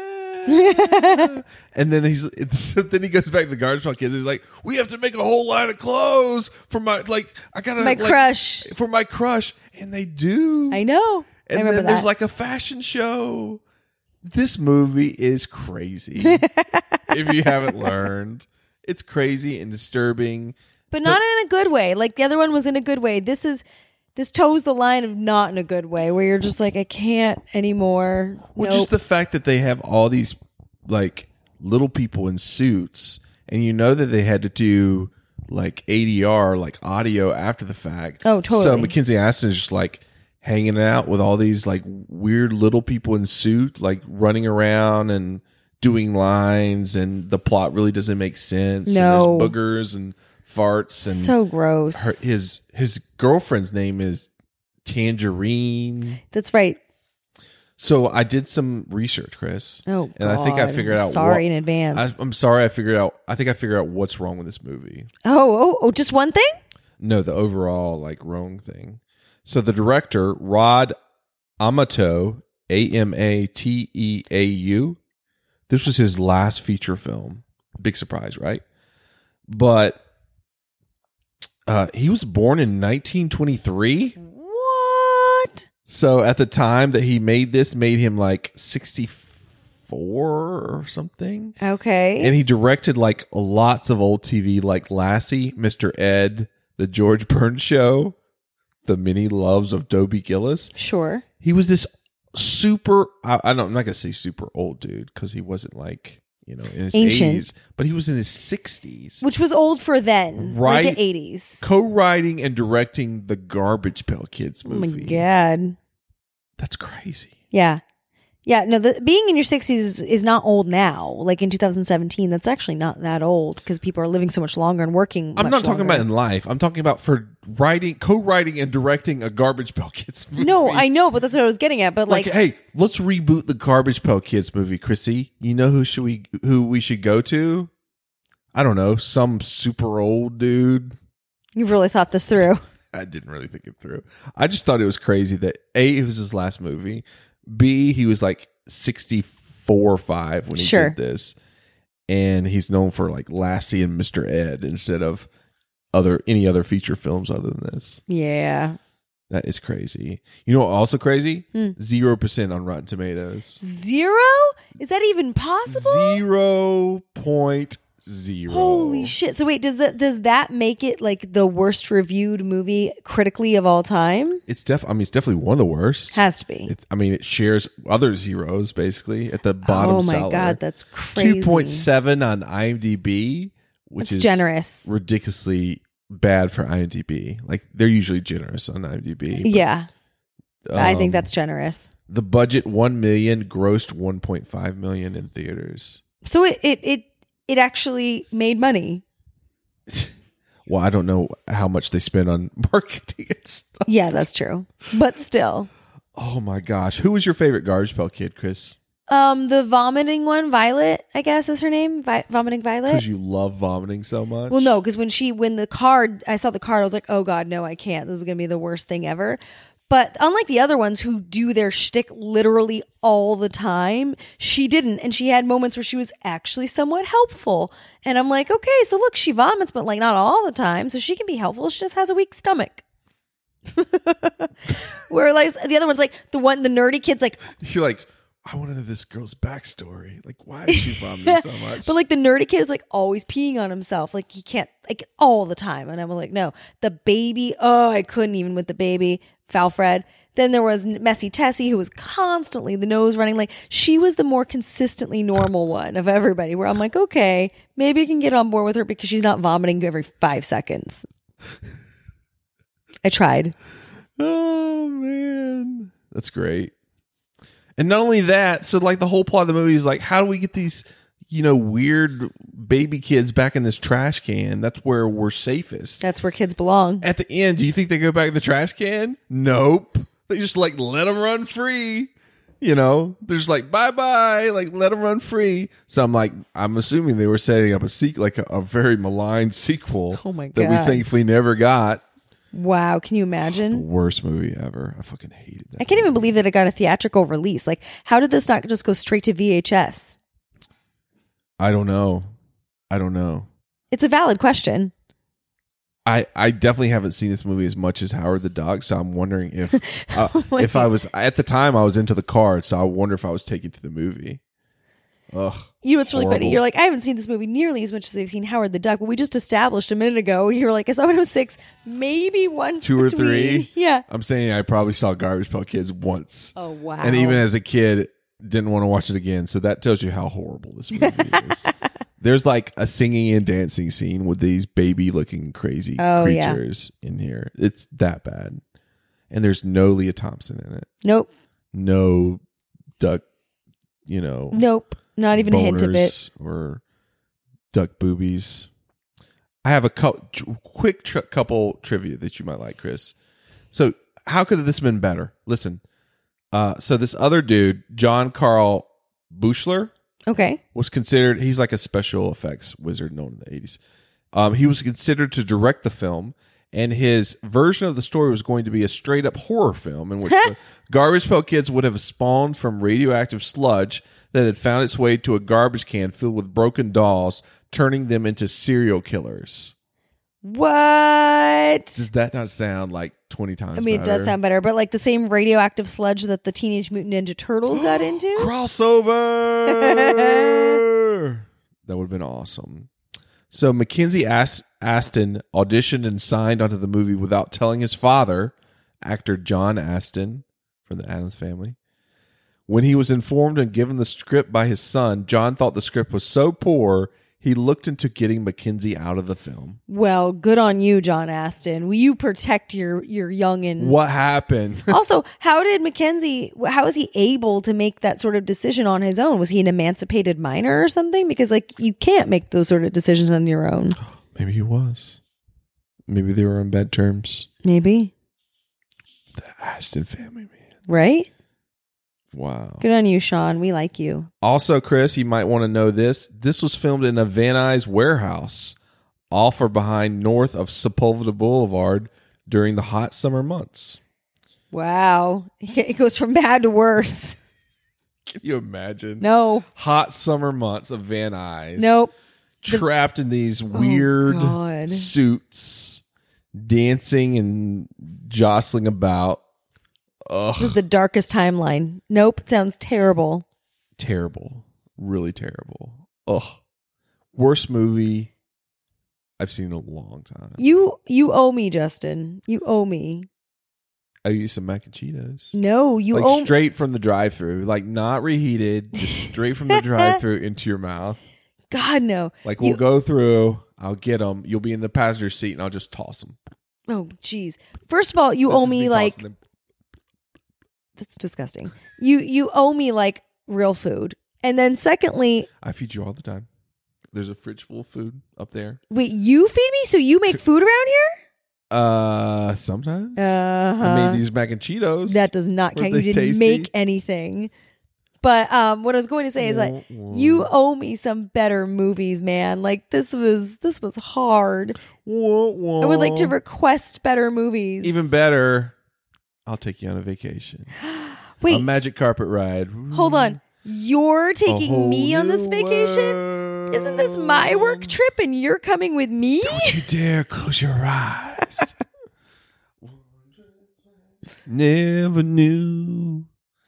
and then he's so then he goes back to the garbage pail kids. He's like, we have to make a whole line of clothes for my like I gotta My like, crush. for my crush, and they do. I know. And I remember then that. there's like a fashion show. This movie is crazy. if you haven't learned, it's crazy and disturbing. but not in a good way. Like the other one was in a good way. This is this toes the line of not in a good way, where you're just like, I can't anymore. Well, Nope. just the fact that they have all these like little people in suits, and you know that they had to do like ADR, like audio after the fact. Oh, totally. So Mackenzie Aston is just like hanging out with all these like weird little people in suit, like running around and doing lines, and the plot really doesn't make sense. No. and there's boogers and farts and so gross. her, his his girlfriend's name is Tangerine. That's right. So I did some research, Chris. Oh, and I think I God. figured out. Sorry in what- advance. I, I'm sorry. I figured out. I think I figured out what's wrong with this movie. Oh, oh, oh, just one thing? No, the overall like wrong thing. So the director Rod Amato, A M A T E A U. This was his last feature film. Big surprise, right? But uh, he was born in 1923. What? So at the time that he made this, made him like 64 or something. Okay. And he directed like lots of old TV, like Lassie, Mr. Ed, The George Burns Show, The Many Loves of Dobie Gillis. sure. He was this super, I, I don't, I'm not going to say super old dude because he wasn't like, you know, in his Ancient. 80s, but he was in his 60s. Which was old for then, Right. Like the 80s. Co writing and directing the Garbage Pail Kids Oh my movie. god. That's crazy. Yeah. Yeah, no, the, being in your 60s is, is not old now. Like in 2017, that's actually not that old because people are living so much longer and working. I'm much not talking longer. about in life. I'm talking about for writing, co-writing, and directing a Garbage Pail Kids movie. No, I know, but that's what I was getting at. But like, like, hey, let's reboot the Garbage Pail Kids movie, Chrissy. You know who should we who we should go to? I don't know, some super old dude. you've really thought this through. I didn't really think it through. I just thought it was crazy that a it was his last movie. B he was like sixty four or five when he Sure. did this, and he's known for like Lassie and Mister Ed instead of other any other feature films other than this. Yeah. That is crazy. You know, what also crazy Hmm. zero percent on Rotten Tomatoes. Zero? Is that even possible? Zero point zero. Holy shit. So wait, does that does that make it like the worst reviewed movie critically of all time? It's def. I mean, it's definitely one of the worst. Has to be. It, I mean, it shares other zeros basically at the bottom. oh my cellar. god, that's crazy. two point seven on IMDb, which That's is generous. ridiculously bad for IMDb. Like they're usually generous on IMDb. but, Yeah. I um, think that's generous. the budget one million, grossed one point five million in theaters. So it it it, it actually made money. Well, I don't know how much they spend on marketing and stuff. Yeah, that's true. But still. Oh my gosh, who was your favorite Garbage Pail Kid, Chris? Um the vomiting one, Violet, I guess is her name. Vi- vomiting Violet. Because you love vomiting so much. Well, no, because when she when the card, I saw the card, I was like, oh god, no, I can't. This is gonna be the worst thing ever. But unlike the other ones who do their shtick literally all the time, she didn't, and she had moments where she was actually somewhat helpful. And I'm like, okay, so look, she vomits, but like not all the time, so she can be helpful. She just has a weak stomach. Where like the other one's like the one the nerdy kid's like you're like, I want to know this girl's backstory. Like, why is she vomiting so much? But like the nerdy kid is like always peeing on himself. Like he can't like all the time. And I'm like, no. The baby, oh, I couldn't even with the baby, Falfred. Then there was Messy Tessie who was constantly the nose running. Like she was the more consistently normal one of everybody. Where I'm like, okay, maybe I can get on board with her because she's not vomiting every five seconds. I tried. Oh man, that's great. And not only that, so like the whole plot of the movie is like, how do we get these, you know, weird baby kids back in this trash can? That's where we're safest. That's where kids belong. At the end, do you think they go back in the trash can? Nope. They just like let them run free. You know, they're just like bye bye, like let them run free. So I'm like, I'm assuming they were setting up a sequel, like a, a very malign sequel. Oh my That God. we thankfully never got. Wow, can you imagine? Worst movie ever. I fucking hated that. I can't even believe that it got a theatrical release. Like, how did this not just go straight to VHS? I don't know. I don't know. It's a valid question. I, I definitely haven't seen this movie as much as Howard the Dog, so I'm wondering if uh, Oh my if I was at the time I was into the card, so I wonder if I was taken to the movie. Ugh. You know, it's really Horrible. funny. You're like, I haven't seen this movie nearly as much as I've seen Howard the Duck, but we just established a minute ago. You were like, I saw it was six, maybe one, Two or between. three? Yeah. I'm saying I probably saw Garbage Pail Kids once, Oh wow. and even as a kid, didn't want to watch it again. So that tells you how horrible this movie is. There's like a singing and dancing scene with these baby-looking crazy Oh, yeah. creatures in here. It's that bad, and there's no Leah Thompson in it. nope, no duck, you know, nope, not even a hint of it. boners or duck boobies. I have a cou- tr- quick tr- couple trivia that you might like, Chris. So, how could this have been better? Listen, Uh, so this other dude, John Carl Bushler, Okay. was considered. He's like a special effects wizard known in the eighties. Um, he was considered to direct the film, and his version of the story was going to be a straight up horror film in which the Garbage Pail Kids would have spawned from radioactive sludge that had found its way to a garbage can filled with broken dolls, turning them into serial killers. What? Does that not sound like twenty times? I mean, it does better? sound better, but like the same radioactive sludge that the Teenage Mutant Ninja Turtles got into? crossover. that would have been awesome. So Mackenzie As- Aston auditioned and signed onto the movie without telling his father, actor John Aston from the Adams family. When he was informed and given the script by his son, John thought the script was so poor he looked into getting Mackenzie out of the film. well, good on you, John Aston. Will you protect your your youngin? What happened? also, how did Mackenzie? How was he able to make that sort of decision on his own? Was he an emancipated minor or something? Because like you can't make those sort of decisions on your own. Maybe he was. Maybe they were on bad terms. Maybe The Aston family, man. right? Wow. Good on you, Sean. We like you. Also, Chris, you might want to know this. This was filmed in a Van Nuys warehouse off or behind north of Sepulveda Boulevard during the hot summer months. Wow, it goes from bad to worse. Can you imagine? No, Hot summer months of Van Nuys. nope. Trapped in these weird Oh, God. suits, dancing and jostling about. Ugh. This is the darkest timeline. Nope. It sounds terrible. terrible. Really terrible. Ugh. Worst movie I've seen in a long time. You you owe me, Justin. You owe me. I used some mac and Cheetos. No, you like owe straight from the drive through, like not reheated, just straight from the drive through into your mouth. God no. Like we'll You- go through, I'll get them. You'll be in the passenger seat, and I'll just toss them. Oh jeez. First of all, you owe me like that's disgusting. You you owe me like real food. And then secondly, I feed you all the time. There's a fridge full of food up there. wait, you feed me so you make food around Uh, sometimes here? I Uh-huh. made these mac and Cheetos. That does not Were count. You they didn't tasty? make anything. But um what I was going to say is like you Mm. owe me some better movies, man. Like this was this was hard. I would like to request better movies. even better. I'll take you on a vacation, Wait, a magic carpet ride. hold on. You're A taking me whole on this new vacation? Isn't this my work world. trip and you're coming with me? Don't you dare close your eyes. Never knew.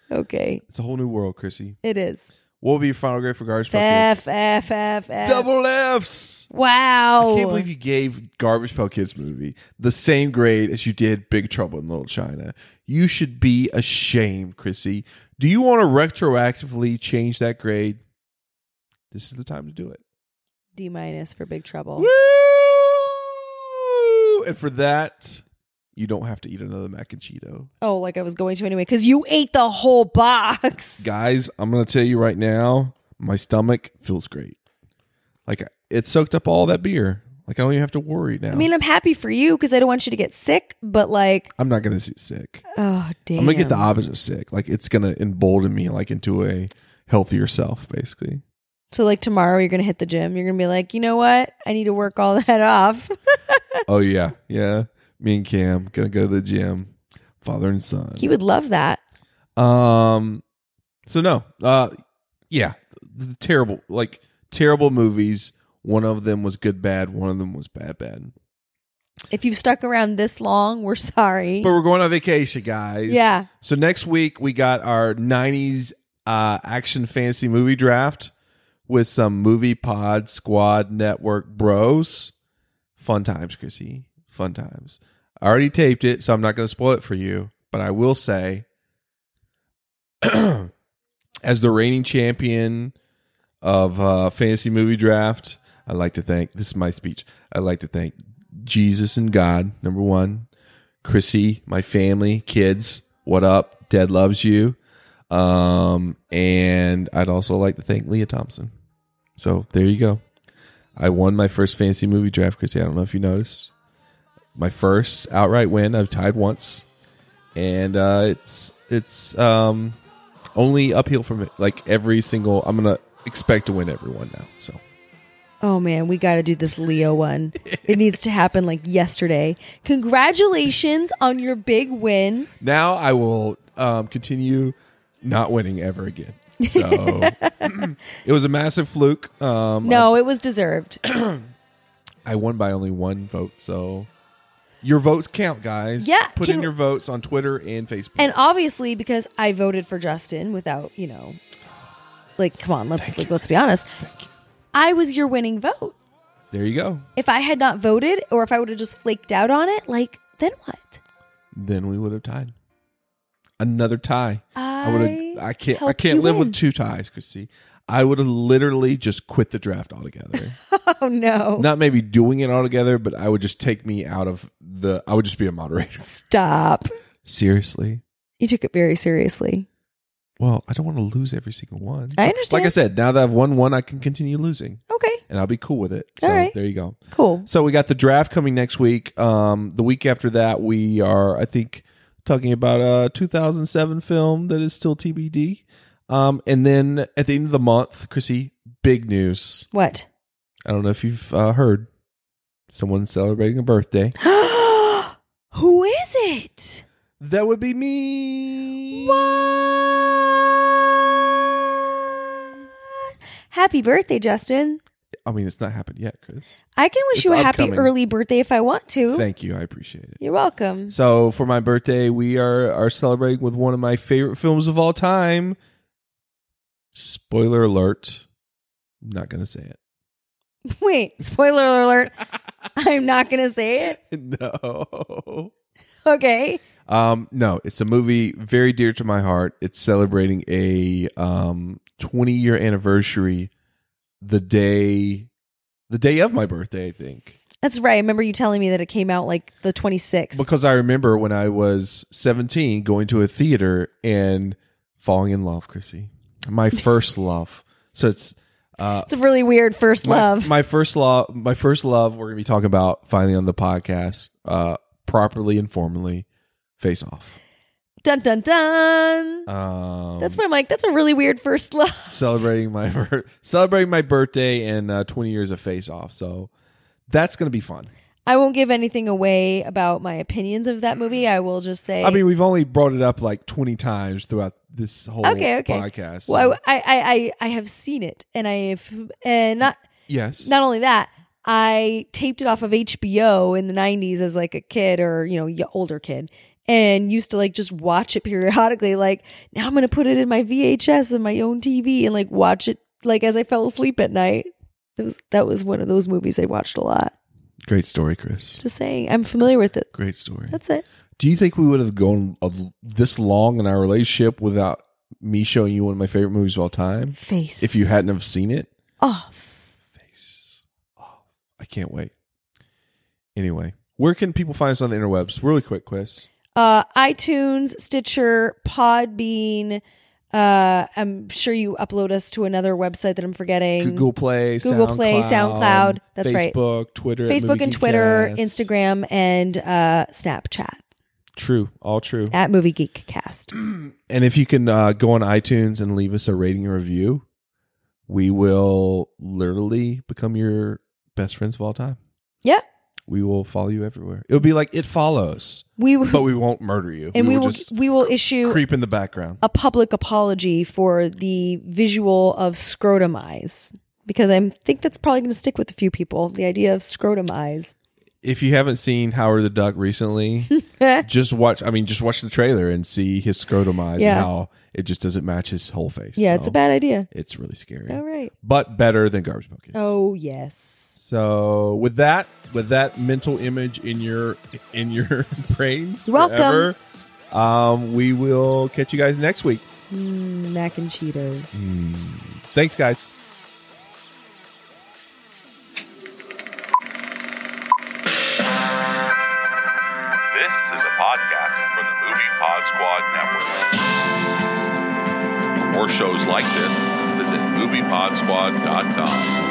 Okay, It's a whole new world, Chrissy. it is. What will be your final grade for garbage? Pail F Kids? F F F. Oh. Double Fs. Wow. I can't believe you gave Garbage Pail Kids movie the same grade as you did Big Trouble in Little China. You should be ashamed, Chrissy. Do you want to retroactively change that grade? This is the time to do it. D minus for Big Trouble. Woo! And for that, you don't have to eat another mac and Cheeto. Oh, like I was going to anyway because you ate the whole box. Guys, I'm going to tell you right now, my stomach feels great. Like it soaked up all that beer. Like I don't even have to worry now. I mean, I'm happy for you because I don't want you to get sick, but like, I'm not going to get sick. oh damn, I'm going to get the opposite sick. Like it's going to embolden me like into a healthier self basically. So like tomorrow you're gonna hit the gym. You're gonna be like, you know what? I need to work all that off. oh yeah. Yeah. Me and Cam going to go to the gym. Father and son. he would love that. Um. So no. Uh. Yeah. The terrible, like terrible movies. One of them was good, bad. One of them was bad, bad. If you've stuck around this long, we're sorry. But we're going on vacation, guys. Yeah. So next week we got our '90s uh, action fantasy movie draft with some movie pod squad network bros. Fun times, Chrissy. Fun times. I already taped it, so I'm not going to spoil it for you. But I will say, as the reigning champion of uh, fantasy movie draft, I'd like to thank. This is my speech. I'd like to thank Jesus and God. Number one, Chrissy, my family, kids. What up? Dad loves you. Um, and I'd also like to thank Leah Thompson. So there you go. I won my first fantasy movie draft, Chrissy. I don't know if you noticed. My first outright win. I've tied once. and uh, it's it's um, only uphill from it. Like every single, I'm gonna expect to win everyone now. So Oh man, we got to do this Leo one. it needs to happen like yesterday. Congratulations on your big win. now I will um, continue not winning ever again. So it was a massive fluke. Um, No, it was deserved. I won by only one vote, so your votes count, guys. Yeah, put can- in your votes on Twitter and Facebook. And obviously because I voted for Justin without, you know, like come on, let's like, let's be honest. Thank you. I was your winning vote. There you go. If I had not voted or if I would have just flaked out on it, like then what? Then we would have tied. Another tie. would have. I I can't. I helped can't you live win. with two ties, Christy. I would have literally just quit the draft altogether. Oh no. Not maybe doing it altogether, but I would just take me out of the. I would just be a moderator. Stop. Seriously. You took it very seriously. Well, I don't want to lose every single one. I So, understand. Like I said, now that I've won one, I can continue losing, Okay. and I'll be cool with it. So All right. there you go. Cool. So we got the draft coming next week. Um, the week after that, we are, I think, talking about a 2007 film that is still TBD. Um, and then at the end of the month, Chrissy, big news. What? I don't know if you've uh, heard. Someone's celebrating a birthday. Who is it? That would be me. Happy birthday, Justin. I mean, it's not happened yet, Chris. I can wish It's you a happy upcoming. early birthday if I want to. Thank you. I appreciate it. You're welcome. So for my birthday, we are are celebrating with one of my favorite films of all time. Spoiler alert. I'm not gonna say it. Wait, spoiler alert. I'm not going to say it. no. Okay. Um, no, it's a movie very dear to my heart. It's celebrating a um 20 year anniversary the day the day of my birthday, I think. That's right. I remember you telling me that it came out like the 26th. Because I remember when I was 17 going to a theater and falling in love, Chrissy. My first love. So it's uh it's a really weird first my- love. My, first love. My first love. We're gonna be talking about finally on the podcast, uh, properly and formally. Face off. dun, dun, dun. Um, That's why I'm like, that's a really weird first love. celebrating my bir- celebrating my birthday and uh, twenty years of face off. So that's gonna be fun. I won't give anything away about my opinions of that movie. I will just say. I mean, we've only brought it up like twenty times throughout this whole okay, okay. podcast. so- Well, I, I, I, I have seen it, and I have, and not yes, not only that, I taped it off of HBO in the '90s as like a kid or you know y- older kid, and used to like just watch it periodically. Like now I'm gonna put it in my VHS and my own TV and like watch it like as I fell asleep at night. That was that was one of those movies I watched a lot. great story, Chris. Just saying, I'm familiar with it. Great story. That's it. Do you think we would have gone a, this long in our relationship without me showing you one of my favorite movies of all time? Face. If you hadn't have seen it, off. face. Oh, I can't wait. Anyway, where can people find us on the interwebs? Really quick, Chris. uh, iTunes, Stitcher, Podbean. Uh, I'm sure you upload us to another website that I'm forgetting. Google Play, Google SoundCloud, Play, SoundCloud. That's right. Facebook, Twitter, at Facebook Movie and Twitter, Geekcast. Instagram, and uh, Snapchat True, all true. at Movie Geek Cast. And if you can uh, go on iTunes and leave us a rating and review, we will literally become your best friends of all time. Yep, We will follow you everywhere. It'll be like it follows, we but will, we won't murder you. and we will just we will issue creep in the background. a public apology for the visual of scrotum eyes because I think that's probably going to stick with a few people. The idea of scrotum eyes. If you haven't seen Howard the Duck recently, just watch. I mean, just watch the trailer and see his scrotum eyes Yeah. and how it just doesn't match his whole face. Yeah, it's So a bad idea. It's really scary, All right. but better than garbage pail kids. Oh yes. So with that, with that mental image in your in your brain, You're welcome. forever, um, we will catch you guys next week. Mac and Cheetos. Thanks, guys. This is a podcast from the Movie Pod Squad Network. For more shows like this, visit MoviePodSquad.com.